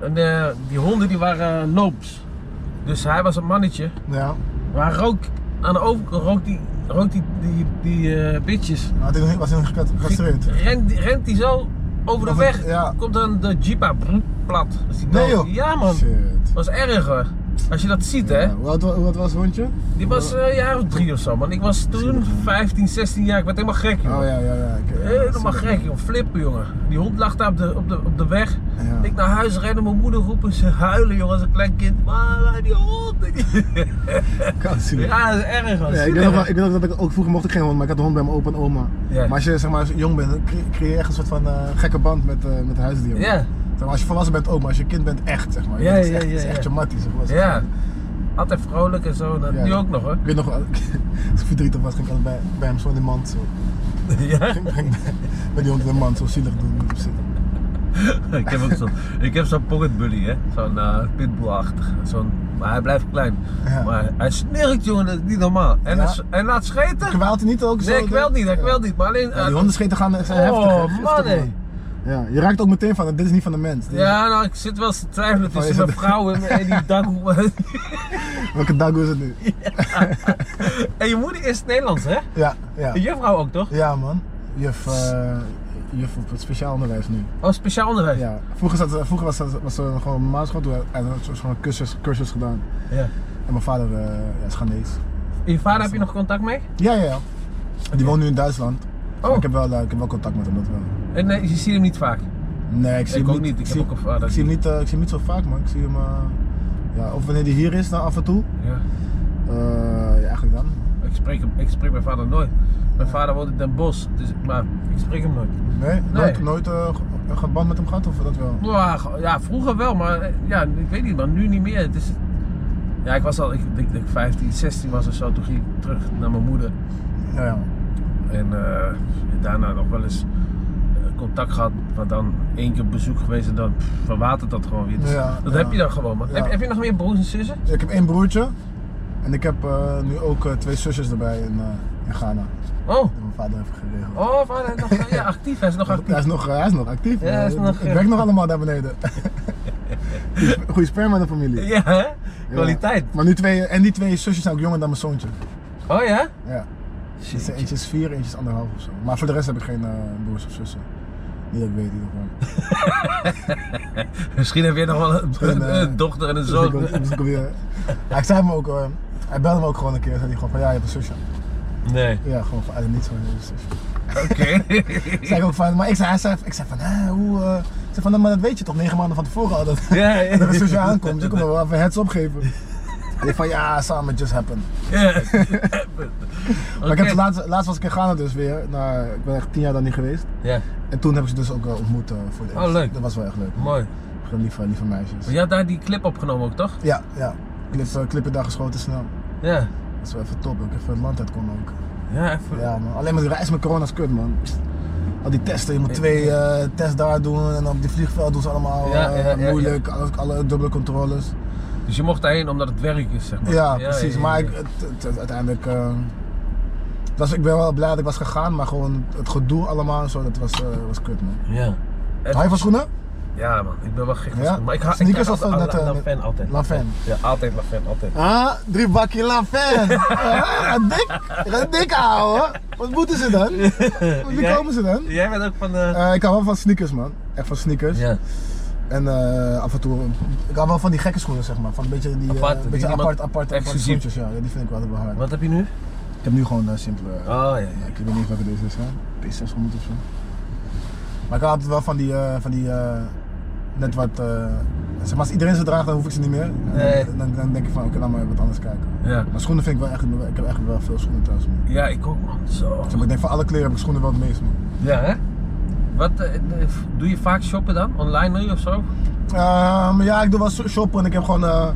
[SPEAKER 1] En eh, die honden die waren eh, loops. Dus hij was een mannetje.
[SPEAKER 2] ja.
[SPEAKER 1] Maar hij rook aan de overkant rook die, rook die, die, die eh, bitches.
[SPEAKER 2] Maar het was heel gecastreerd.
[SPEAKER 1] Rent, rent hij zo over de
[SPEAKER 2] Of het-
[SPEAKER 1] weg,
[SPEAKER 2] ja.
[SPEAKER 1] komt dan de jeep aan, broep, plat. Is die
[SPEAKER 2] Nee
[SPEAKER 1] dood.
[SPEAKER 2] joh.
[SPEAKER 1] Ja man,
[SPEAKER 2] Shit.
[SPEAKER 1] was erg hoor. Als je dat ziet hè.
[SPEAKER 2] Ja, hoe, oud, wa- hoe oud was het hondje?
[SPEAKER 1] Die was eh, een jaar of drie of zo, man. Ik was toen 15, 16 jaar. Ik werd helemaal gek, joh.
[SPEAKER 2] Oh ja, ja, ja. Ik, ja,
[SPEAKER 1] Helemaal
[SPEAKER 2] zie
[SPEAKER 1] gek, joh. Flippen, jongen. Die hond lag daar op de, op de, op de weg.
[SPEAKER 2] Ja.
[SPEAKER 1] Ik naar huis rennen, mijn moeder roepen. Ze huilen, jongen, als een klein kind. Maar die hond.
[SPEAKER 2] ik. Kan het zien.
[SPEAKER 1] ja, dat is erg, man.
[SPEAKER 2] Nee, ik,
[SPEAKER 1] Zielig,
[SPEAKER 2] weet nog, wel-
[SPEAKER 1] hè?
[SPEAKER 2] ik weet nog dat ik ook vroeger mocht ik geen hond, maar ik had een hond bij mijn opa en oma.
[SPEAKER 1] Ja.
[SPEAKER 2] Maar als je zeg maar als je jong bent, dan cre- creëer je echt een soort van eh, gekke band met, eh met huisdieren.
[SPEAKER 1] Ja,
[SPEAKER 2] Zeg maar, als je volwassen bent ook, maar als je kind bent echt, zeg maar.
[SPEAKER 1] Ja,
[SPEAKER 2] Het is
[SPEAKER 1] ja,
[SPEAKER 2] echt,
[SPEAKER 1] ja,
[SPEAKER 2] het is echt
[SPEAKER 1] ja.
[SPEAKER 2] je mattie, zeg maar.
[SPEAKER 1] ja. Altijd vrolijk en zo. Dat-
[SPEAKER 2] Ja.
[SPEAKER 1] Nu ook nog, hoor.
[SPEAKER 2] Ik weet nog wel, als ik verdrietig was, ging ik altijd bij, bij hem zo in de mand. Zo.
[SPEAKER 1] ja.
[SPEAKER 2] Ging ging bij, bij die hond in de mand zo zielig doen. zitten.
[SPEAKER 1] ik heb ook zo'n ik heb zo'n pocket bully, hè. Zo'n eh, pitbull-achtig. Zo'n, maar hij blijft klein.
[SPEAKER 2] Ja.
[SPEAKER 1] Maar hij snurkt, jongen. Dat is niet normaal. En,
[SPEAKER 2] Ja.
[SPEAKER 1] hij, s- en laat scheten.
[SPEAKER 2] Kwelt hij niet ook zo?
[SPEAKER 1] Nee, ik wel niet, ik
[SPEAKER 2] Ja.
[SPEAKER 1] wel niet. Maar alleen. eh,
[SPEAKER 2] Ja, die hondenscheten gaan eh, zijn heftig. hè.
[SPEAKER 1] oh,
[SPEAKER 2] Heftig,
[SPEAKER 1] man, hé.
[SPEAKER 2] Ja, je raakt ook meteen van, dit is niet van de mens. Dit is-
[SPEAKER 1] Ja, nou, ik zit wel eens te twijfelen
[SPEAKER 2] is
[SPEAKER 1] tussen mijn
[SPEAKER 2] het-
[SPEAKER 1] vrouw en, en die dakhoek.
[SPEAKER 2] Welke dag is het nu?
[SPEAKER 1] En je moeder is Nederlands, hè?
[SPEAKER 2] Ja, ja.
[SPEAKER 1] En je vrouw ook, toch?
[SPEAKER 2] Ja man, juf, eh, juf op het speciaal onderwijs nu.
[SPEAKER 1] Oh, speciaal onderwijs.
[SPEAKER 2] Ja. Vroeger, zat, ze- vroeger was, ze- was ze gewoon een maatschap en had ze gewoon een cursus, cursus gedaan.
[SPEAKER 1] Ja.
[SPEAKER 2] En mijn vader eh, ja, is Ghanese.
[SPEAKER 1] En je vader, heb je nog contact mee?
[SPEAKER 2] Ja, ja, ja. Die woont nu in Duitsland. Maar
[SPEAKER 1] Oh.
[SPEAKER 2] Ik, heb wel, eh, ik heb wel contact met hem, dat wel.
[SPEAKER 1] En eh, je ziet hem niet vaak.
[SPEAKER 2] Nee, ik zie
[SPEAKER 1] Ik
[SPEAKER 2] hem
[SPEAKER 1] ook niet, ik heb
[SPEAKER 2] zie-
[SPEAKER 1] ook een vader.
[SPEAKER 2] Ik zie hem niet, eh, ik zie hem niet zo vaak man, ik zie hem... eh, ja, of wanneer hij hier is, dan af en toe.
[SPEAKER 1] Ja.
[SPEAKER 2] Eh, ja, eigenlijk dan.
[SPEAKER 1] Ik spreek, hem, ik spreek mijn vader nooit. Mijn vader woont in Den Bosch, dus, maar ik spreek hem nooit.
[SPEAKER 2] Nee, nooit,
[SPEAKER 1] Nee.
[SPEAKER 2] nooit eh, ge- een geband met hem gehad of dat wel?
[SPEAKER 1] Boah, ge- Ja, vroeger wel, maar eh, ja, ik weet niet, maar nu niet meer. Het is, ja, ik was al, ik denk dat ik 15, 16 was of zo, toen ging ik terug naar mijn moeder.
[SPEAKER 2] Ja, ja.
[SPEAKER 1] En eh, daarna nog wel eens eh, contact gehad, maar dan één keer op bezoek geweest en dan pff, verwatert dat gewoon weer. Dus
[SPEAKER 2] Ja,
[SPEAKER 1] dat
[SPEAKER 2] ja.
[SPEAKER 1] heb je dan gewoon, man.
[SPEAKER 2] Ja.
[SPEAKER 1] Heb, heb je nog meer broers en zussen?
[SPEAKER 2] Ik heb één broertje en ik heb eh, nu ook eh, twee zusjes erbij in, eh, in Ghana.
[SPEAKER 1] Oh,
[SPEAKER 2] Dat mijn vader heeft geregeld.
[SPEAKER 1] oh vader, hij is nog ja, actief, hij is nog actief.
[SPEAKER 2] Hij, is nog, eh, hij is nog actief.
[SPEAKER 1] Ja, hij is
[SPEAKER 2] Eh,
[SPEAKER 1] nog,
[SPEAKER 2] het
[SPEAKER 1] eh,
[SPEAKER 2] werkt nog allemaal daar beneden. Goede sperma in de familie.
[SPEAKER 1] Ja, hè? Kwaliteit.
[SPEAKER 2] Ja. Maar nu twee, en die twee zusjes zijn ook jonger dan mijn zoontje.
[SPEAKER 1] Oh ja?
[SPEAKER 2] Ja. Dus
[SPEAKER 1] Shit.
[SPEAKER 2] eentje is vier, eentje is anderhalf of zo. Maar voor de rest heb ik geen eh, broers of zussen. Niet dat ik weet in ieder geval.
[SPEAKER 1] Misschien heb jij nog wel een,
[SPEAKER 2] En, eh,
[SPEAKER 1] een dochter en een
[SPEAKER 2] Dus ik,
[SPEAKER 1] zoon.
[SPEAKER 2] wil- dus ik wil weer- Hij zei me ook, eh, hij belde me ook gewoon een keer. Zei hij gewoon van ja, je hebt een zusje.
[SPEAKER 1] Nee.
[SPEAKER 2] Ja, gewoon van uit het niets van een zusje.
[SPEAKER 1] Oké.
[SPEAKER 2] Zei ik ook van, maar ik zei, hij zei, ik zei van, hè, hoe, eh, ik zei van, nou, maar dat weet je toch negen maanden van tevoren al dat,
[SPEAKER 1] Ja, ja.
[SPEAKER 2] dat een zusje aankomt. Dus ik kon me wel even heads opgeven. Ik van ja, samen just happened.
[SPEAKER 1] Ja.
[SPEAKER 2] Maar ik heb
[SPEAKER 1] Oké.
[SPEAKER 2] ze laatst, laatst was ik in Ghana dus weer. Nou, ik ben echt tien jaar daar niet geweest.
[SPEAKER 1] Ja,
[SPEAKER 2] En toen heb ik ze dus ook eh, ontmoet eh, voor de
[SPEAKER 1] Oh, leuk.
[SPEAKER 2] Dat was wel echt leuk.
[SPEAKER 1] mooi.
[SPEAKER 2] Gewoon lieve, lieve meisjes.
[SPEAKER 1] Maar jij had daar die clip opgenomen ook, toch?
[SPEAKER 2] Ja, ja. Clip, eh, clippen daar geschoten snel.
[SPEAKER 1] Ja.
[SPEAKER 2] Dat is wel even top. Ook even het land uit kon ook.
[SPEAKER 1] Ja, even.
[SPEAKER 2] Ja man, alleen maar de reis met corona is kut man. Al die testen, je moet twee eh, tests daar doen en op die vliegveld doen ze allemaal
[SPEAKER 1] Ja,
[SPEAKER 2] eh,
[SPEAKER 1] ja, ja,
[SPEAKER 2] moeilijk, Alle, alle dubbele controles.
[SPEAKER 1] Dus je mocht daarheen omdat het werk is, zeg maar.
[SPEAKER 2] Ja, precies, maar ik- het- het- het- uiteindelijk, eh, het was, ik ben wel blij dat ik was gegaan, maar gewoon het gedoe allemaal en zo, dat was, eh, was kut man.
[SPEAKER 1] Ja. En-
[SPEAKER 2] Hou je van schoenen?
[SPEAKER 1] Ja, man, ik ben wel gek van
[SPEAKER 2] Ja?
[SPEAKER 1] schoenen. Maar ik hou ik
[SPEAKER 2] Sneakers
[SPEAKER 1] hou
[SPEAKER 2] of
[SPEAKER 1] altijd-
[SPEAKER 2] net, eh,
[SPEAKER 1] La-
[SPEAKER 2] net-
[SPEAKER 1] Lafen altijd.
[SPEAKER 2] Lafen.
[SPEAKER 1] Ja, altijd Lafen, altijd.
[SPEAKER 2] Ah, drie bakje Lafen. Ah, dik, dik ouwe. Wat moeten ze dan? Wie
[SPEAKER 1] Jij-
[SPEAKER 2] komen ze dan?
[SPEAKER 1] Jij bent ook van. eh,
[SPEAKER 2] Eh, ik hou wel van sneakers man, echt van sneakers.
[SPEAKER 1] Ja.
[SPEAKER 2] En eh, af en toe, ik hou wel van die gekke schoenen zeg maar. Van een beetje die eh,
[SPEAKER 1] Aparte, die
[SPEAKER 2] beetje
[SPEAKER 1] niemand-
[SPEAKER 2] apart, apart, apart
[SPEAKER 1] exclusief.
[SPEAKER 2] schoentjes. Ja. Ja, die vind ik wel altijd wel hard.
[SPEAKER 1] Wat heb je nu?
[SPEAKER 2] Ik heb nu gewoon eh, simpele,
[SPEAKER 1] Oh ja, ja.
[SPEAKER 2] ja, ik weet niet welke deze is hè, P600 of zo. Maar ik hou altijd wel van die, eh, van die eh, net wat, eh, zeg maar als iedereen ze draagt dan hoef ik ze niet meer. En dan-
[SPEAKER 1] Nee.
[SPEAKER 2] Dan, dan, denk ik van oké, laat maar wat anders kijken.
[SPEAKER 1] Ja,
[SPEAKER 2] Maar schoenen vind ik wel echt, ik heb echt wel veel schoenen thuis man.
[SPEAKER 1] ja ik ook, man. Zo.
[SPEAKER 2] Zeg maar, ik denk van alle kleren heb ik schoenen wel het meest man.
[SPEAKER 1] Ja, hè? Wat, eh, eh, doe je vaak shoppen dan? Online nu of zo?
[SPEAKER 2] Ehm, ja, ik doe wel shoppen en ik heb gewoon, eh,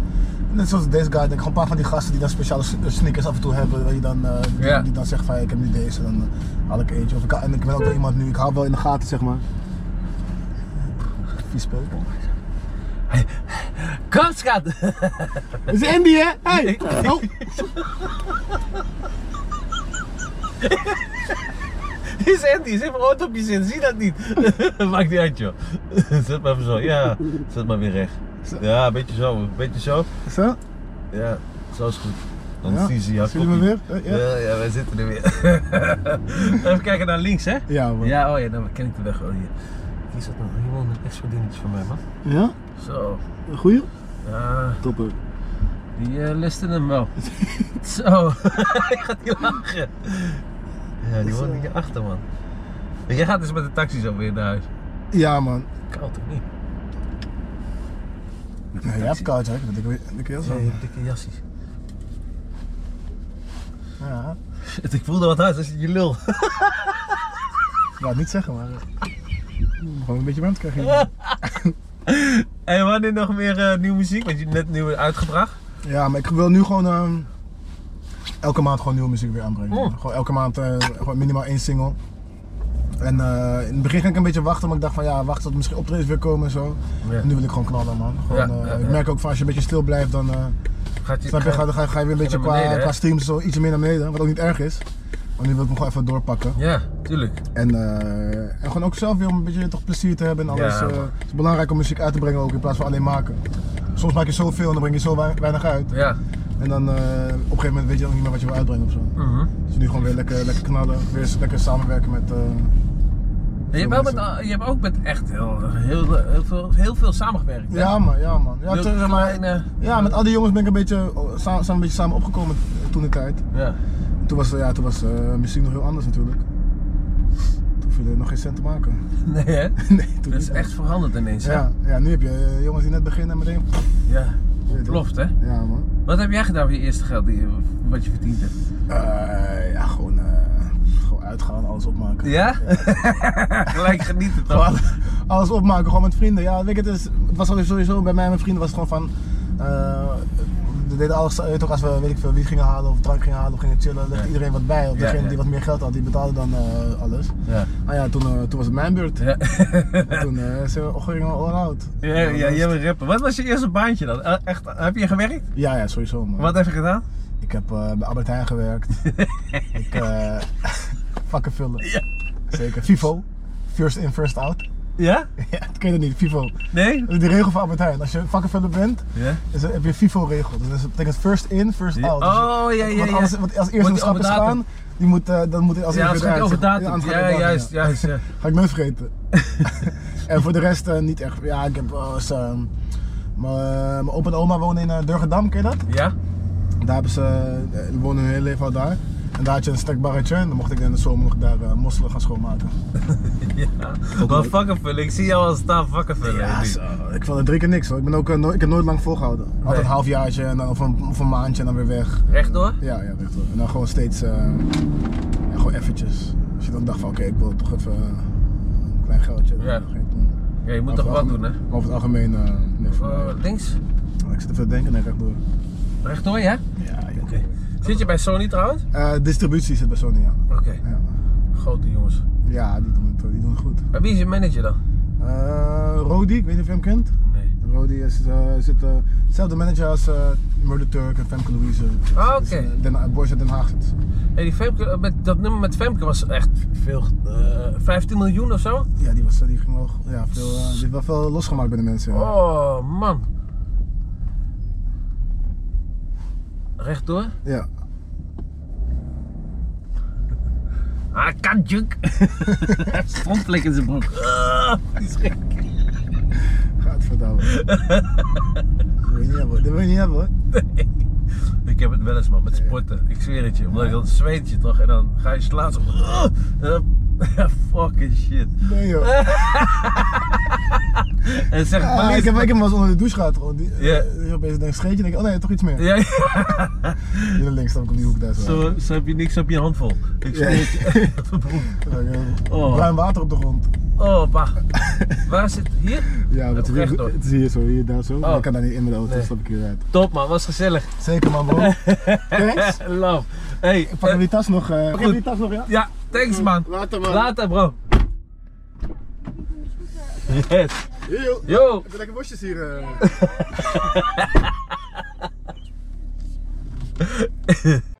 [SPEAKER 2] net zoals deze guy, denk ik, gewoon een paar van die gasten die dan speciale s- eh, sneakers af en toe hebben. Die dan, eh, die,
[SPEAKER 1] Ja.
[SPEAKER 2] die dan zeggen van, ik heb nu deze, dan eh, haal ik eentje. Of ik, ha- en ik ben ook wel iemand nu, ik haal wel in de gaten, zeg maar. Vies spel.
[SPEAKER 1] Kom, schat!
[SPEAKER 2] Dat is Andy, hè? Hey! Oh.
[SPEAKER 1] Dit is Andy, ze heeft een oordopjes in, zie dat niet. Maakt niet uit, joh. Zet maar even zo, ja. Zet maar weer recht.
[SPEAKER 2] Zo.
[SPEAKER 1] Ja, een beetje zo, een beetje zo.
[SPEAKER 2] Zo?
[SPEAKER 1] Ja, zo is goed. Dan
[SPEAKER 2] Ja,
[SPEAKER 1] zie je ja,
[SPEAKER 2] zien we
[SPEAKER 1] koppie.
[SPEAKER 2] weer? Ja.
[SPEAKER 1] Ja, ja, wij zitten er weer. even kijken naar links, hè?
[SPEAKER 2] Ja, man.
[SPEAKER 1] Ja, oh ja, dan ken ik de weg wel hier. Hier zat nog iemand een extra dingetje van mij, man.
[SPEAKER 2] Ja?
[SPEAKER 1] Zo.
[SPEAKER 2] Een Goeie?
[SPEAKER 1] Ah,
[SPEAKER 2] Topper.
[SPEAKER 1] die eh, listen hem wel. Zo. ik ga die lachen. Ja, die
[SPEAKER 2] Zo.
[SPEAKER 1] woont hier achter, man. Jij gaat dus met de taxi zo weer naar huis.
[SPEAKER 2] Ja, man.
[SPEAKER 1] Koud toch niet?
[SPEAKER 2] Nee, jij hebt koud, hè? Dat ik weet ik heel
[SPEAKER 1] Ja,
[SPEAKER 2] zo.
[SPEAKER 1] je hebt dikke jassies.
[SPEAKER 2] Ja.
[SPEAKER 1] Shit, ik voelde wat uit als je je lul.
[SPEAKER 2] Ik wou het niet zeggen, maar... eh,
[SPEAKER 1] Hmm.
[SPEAKER 2] Gewoon een beetje warm te krijgen.
[SPEAKER 1] En wanneer nog meer eh, nieuwe muziek? Want je hebt net nieuwe uitgebracht.
[SPEAKER 2] Ja, maar ik wil nu gewoon ehm, elke maand gewoon nieuwe muziek weer aanbrengen.
[SPEAKER 1] Mm.
[SPEAKER 2] Gewoon elke maand eh, gewoon minimaal één single. En eh, in het begin ging ik een beetje wachten, maar ik dacht van ja, wacht tot misschien optredens weer komen en zo.
[SPEAKER 1] Ja.
[SPEAKER 2] En nu wil ik gewoon knallen man. Gewoon,
[SPEAKER 1] Ja,
[SPEAKER 2] eh,
[SPEAKER 1] ja, ja.
[SPEAKER 2] Ik merk ook van als je een beetje stil blijft, dan eh,
[SPEAKER 1] Gaat je,
[SPEAKER 2] snap je, ga, ga, ga je weer een beetje
[SPEAKER 1] naar
[SPEAKER 2] qua,
[SPEAKER 1] beneden, hè?
[SPEAKER 2] qua streams zo ietsje meer naar beneden, wat ook niet erg is. Maar nu wil ik hem gewoon even doorpakken.
[SPEAKER 1] Ja, tuurlijk.
[SPEAKER 2] En, eh, en gewoon ook zelf weer om een beetje toch plezier te hebben en alles.
[SPEAKER 1] Ja,
[SPEAKER 2] eh,
[SPEAKER 1] man.
[SPEAKER 2] het is belangrijk om muziek uit te brengen ook in plaats van alleen maken. Soms maak je zoveel en dan breng je zo wei- weinig uit.
[SPEAKER 1] Ja.
[SPEAKER 2] En dan eh, op een gegeven moment weet je ook niet meer wat je wil uitbrengen of zo.
[SPEAKER 1] Mhm.
[SPEAKER 2] Dus nu gewoon weer lekker, lekker knallen, weer eens lekker samenwerken met. eh,
[SPEAKER 1] En je, hebt wel met, je hebt ook met echt heel, heel, heel, veel, heel veel samengewerkt. hè?
[SPEAKER 2] ja, man, ja, man. Ja,
[SPEAKER 1] Heel
[SPEAKER 2] terug, maar,
[SPEAKER 1] kleine-
[SPEAKER 2] ja, met al die jongens ben ik een beetje, oh, sa- zijn we een beetje samen opgekomen toen de tijd.
[SPEAKER 1] Ja.
[SPEAKER 2] Toen was, eh, ja, toen was eh, muziek nog heel anders natuurlijk. Toen viel er nog geen cent te maken.
[SPEAKER 1] Nee, hè?
[SPEAKER 2] nee, toen
[SPEAKER 1] Dat is
[SPEAKER 2] niet.
[SPEAKER 1] echt veranderd ineens. hè?
[SPEAKER 2] Ja, ja, nu heb je eh, jongens die net beginnen en meteen.
[SPEAKER 1] ja.
[SPEAKER 2] weet je.
[SPEAKER 1] Ontploft, hè?
[SPEAKER 2] Ja, man.
[SPEAKER 1] Wat heb jij gedaan voor je eerste geld die, je- wat je verdiend hebt?
[SPEAKER 2] Eh, ja, gewoon, eh, gewoon uitgaan, alles opmaken.
[SPEAKER 1] Ja? Gelijk genieten
[SPEAKER 2] Gewoon
[SPEAKER 1] toch?
[SPEAKER 2] alles opmaken, gewoon met vrienden. Ja, weet je, het, is, het was sowieso bij mij en mijn vrienden was het gewoon van. eh, we deden alles, weet je toch, als we weet ik veel, wie gingen halen of drank gingen halen of gingen chillen, legde
[SPEAKER 1] Ja.
[SPEAKER 2] iedereen wat bij. Of
[SPEAKER 1] Ja,
[SPEAKER 2] degene
[SPEAKER 1] ja.
[SPEAKER 2] die wat meer geld had, die betaalde dan eh, alles.
[SPEAKER 1] Ja.
[SPEAKER 2] Ah ja, toen, eh, toen was het mijn beurt.
[SPEAKER 1] Ja,
[SPEAKER 2] En Toen eh zijn we gingen we all-out.
[SPEAKER 1] ja, ja, jij bent rapper. Wat was je eerste baantje dan? Eh, Echt, heb je gewerkt?
[SPEAKER 2] Ja, ja, sowieso man.
[SPEAKER 1] Wat heb je gedaan?
[SPEAKER 2] Ik heb eh, bij Albert Heijn gewerkt. ik eh vakken vullen.
[SPEAKER 1] Ja.
[SPEAKER 2] Zeker. Vivo. First in, first out.
[SPEAKER 1] Ja?
[SPEAKER 2] Ja, dat ken je dat niet, FIFO.
[SPEAKER 1] Nee?
[SPEAKER 2] Dat is de regel van Albert Heijn. Als je vakkenvuller bent,
[SPEAKER 1] Ja?
[SPEAKER 2] is, heb je een FIFO-regel. Dus dat betekent first in, first out. Oh, Dus
[SPEAKER 1] Oh, ja, ja,
[SPEAKER 2] want
[SPEAKER 1] ja.
[SPEAKER 2] anders- want als eerste in
[SPEAKER 1] Wordt
[SPEAKER 2] de schap is
[SPEAKER 1] die overdatum.
[SPEAKER 2] gaan, die moet, eh, dan moet hij als
[SPEAKER 1] Ja,
[SPEAKER 2] eerste
[SPEAKER 1] dat gaat
[SPEAKER 2] eruit,
[SPEAKER 1] over
[SPEAKER 2] zeg maar.
[SPEAKER 1] datum.
[SPEAKER 2] anders gaat
[SPEAKER 1] Ja,
[SPEAKER 2] hij
[SPEAKER 1] juist,
[SPEAKER 2] eruit, ja.
[SPEAKER 1] juist. ja.
[SPEAKER 2] Ga ik nooit vergeten. en voor de rest eh, niet echt. Ja, ik heb wel eens, ehm, mijn eh, mijn opa en oma wonen in eh, Durgedam, ken je dat?
[SPEAKER 1] Ja?
[SPEAKER 2] Daar hebben ze, eh, die wonen hun hele leven al daar. En daar had je een snackbarretje en dan mocht ik in de zomer nog daar eh, mosselen gaan schoonmaken.
[SPEAKER 1] Ja. Wat vakkenvullen? Ik zie jou als staan vakkenvullen.
[SPEAKER 2] Ja,
[SPEAKER 1] nu.
[SPEAKER 2] zo. ik vond het drie keer niks hoor. Ik, ben ook, eh, nooit, ik heb nooit lang volgehouden. Altijd
[SPEAKER 1] Nee.
[SPEAKER 2] een halfjaartje en dan, of, een, of een maandje en dan weer weg.
[SPEAKER 1] Rechtdoor?
[SPEAKER 2] Ja, ja, echt wel. En dan gewoon steeds, eh, ja, gewoon eventjes. Als je dan dacht van oké, ik wil toch even eh, een klein geldje. dan
[SPEAKER 1] Ja.
[SPEAKER 2] ga je het doen.
[SPEAKER 1] Ja, je moet
[SPEAKER 2] Over
[SPEAKER 1] toch wat
[SPEAKER 2] het
[SPEAKER 1] doen, hè?
[SPEAKER 2] algemeen- Over het algemeen, eh, nee, voor mij.
[SPEAKER 1] Eh, links?
[SPEAKER 2] Ik zit even te denken, nee, rechtdoor.
[SPEAKER 1] Rechtdoor, ja?
[SPEAKER 2] Ja, joh.
[SPEAKER 1] Oké. Zit je bij Sony trouwens?
[SPEAKER 2] Eh, distributie zit bij Sony, ja.
[SPEAKER 1] Oké,
[SPEAKER 2] Ja,
[SPEAKER 1] grote jongens.
[SPEAKER 2] ja die, doen het, die doen het goed.
[SPEAKER 1] Maar wie is je manager dan?
[SPEAKER 2] Eh Rodi, ik weet niet of je hem kent.
[SPEAKER 1] Nee.
[SPEAKER 2] Rodi is eh, zit, eh, hetzelfde manager als eh, Murder Turk en Femke Louise.
[SPEAKER 1] Ah,
[SPEAKER 2] Dus,
[SPEAKER 1] oké.
[SPEAKER 2] eh, Den, Boys uit Den Haag zit ze.
[SPEAKER 1] Hey, die Femke, eh, met, dat nummer met Femke was echt veel. eh 15 miljoen of zo?
[SPEAKER 2] Ja, die, was, eh, die ging wel, ja, veel, eh, die heeft wel veel losgemaakt bij de mensen. ja.
[SPEAKER 1] Oh, man. Rechtdoor?
[SPEAKER 2] Ja.
[SPEAKER 1] Ah, kantjuk. Strompflik in zijn broek. Ah, die schrik.
[SPEAKER 2] Gadverdamme. dat wil je niet hebben, hoor. dat wil je niet hebben hoor.
[SPEAKER 1] Ik heb het wel eens, man, met sporten. Ik zweer het je. Omdat ik dan zweet je toch en dan ga je slaan. Zo. Ah, eh, fucking shit.
[SPEAKER 2] Nee joh.
[SPEAKER 1] En zeg
[SPEAKER 2] Ja,
[SPEAKER 1] maar
[SPEAKER 2] Ah, ik, heb, ik heb hem wel eens onder de douche gehad gewoon. Die,
[SPEAKER 1] Ja.
[SPEAKER 2] eh, die opeens denk ik scheetje en denk ik, oh nee, toch iets meer.
[SPEAKER 1] Ja, ja.
[SPEAKER 2] Hier links stap ik op die hoek daar zo.
[SPEAKER 1] Zo, zo heb je niks op je handvol. Ik
[SPEAKER 2] Ja. eh,
[SPEAKER 1] zweer het je. Broer. Oh.
[SPEAKER 2] Bruin water op de grond.
[SPEAKER 1] Oh, pa. Waar zit hier?
[SPEAKER 2] Ja,
[SPEAKER 1] wat
[SPEAKER 2] wat
[SPEAKER 1] is hier- Rechtdoor.
[SPEAKER 2] het is hier zo, hier daar zo.
[SPEAKER 1] Oh.
[SPEAKER 2] Ik kan daar niet in met de auto,
[SPEAKER 1] Nee.
[SPEAKER 2] dus stap ik hier uit.
[SPEAKER 1] Top man, was gezellig.
[SPEAKER 2] Zeker man bro. Thanks.
[SPEAKER 1] Love. Hey,
[SPEAKER 2] Pak
[SPEAKER 1] eh,
[SPEAKER 2] hem die tas nog. eh, pak hem die tas nog ja.
[SPEAKER 1] ja, thanks man.
[SPEAKER 2] Later
[SPEAKER 1] Later bro. Yes.
[SPEAKER 2] Yo, yo.
[SPEAKER 1] Yo.
[SPEAKER 2] Ik heb lekker worstjes hier. eh.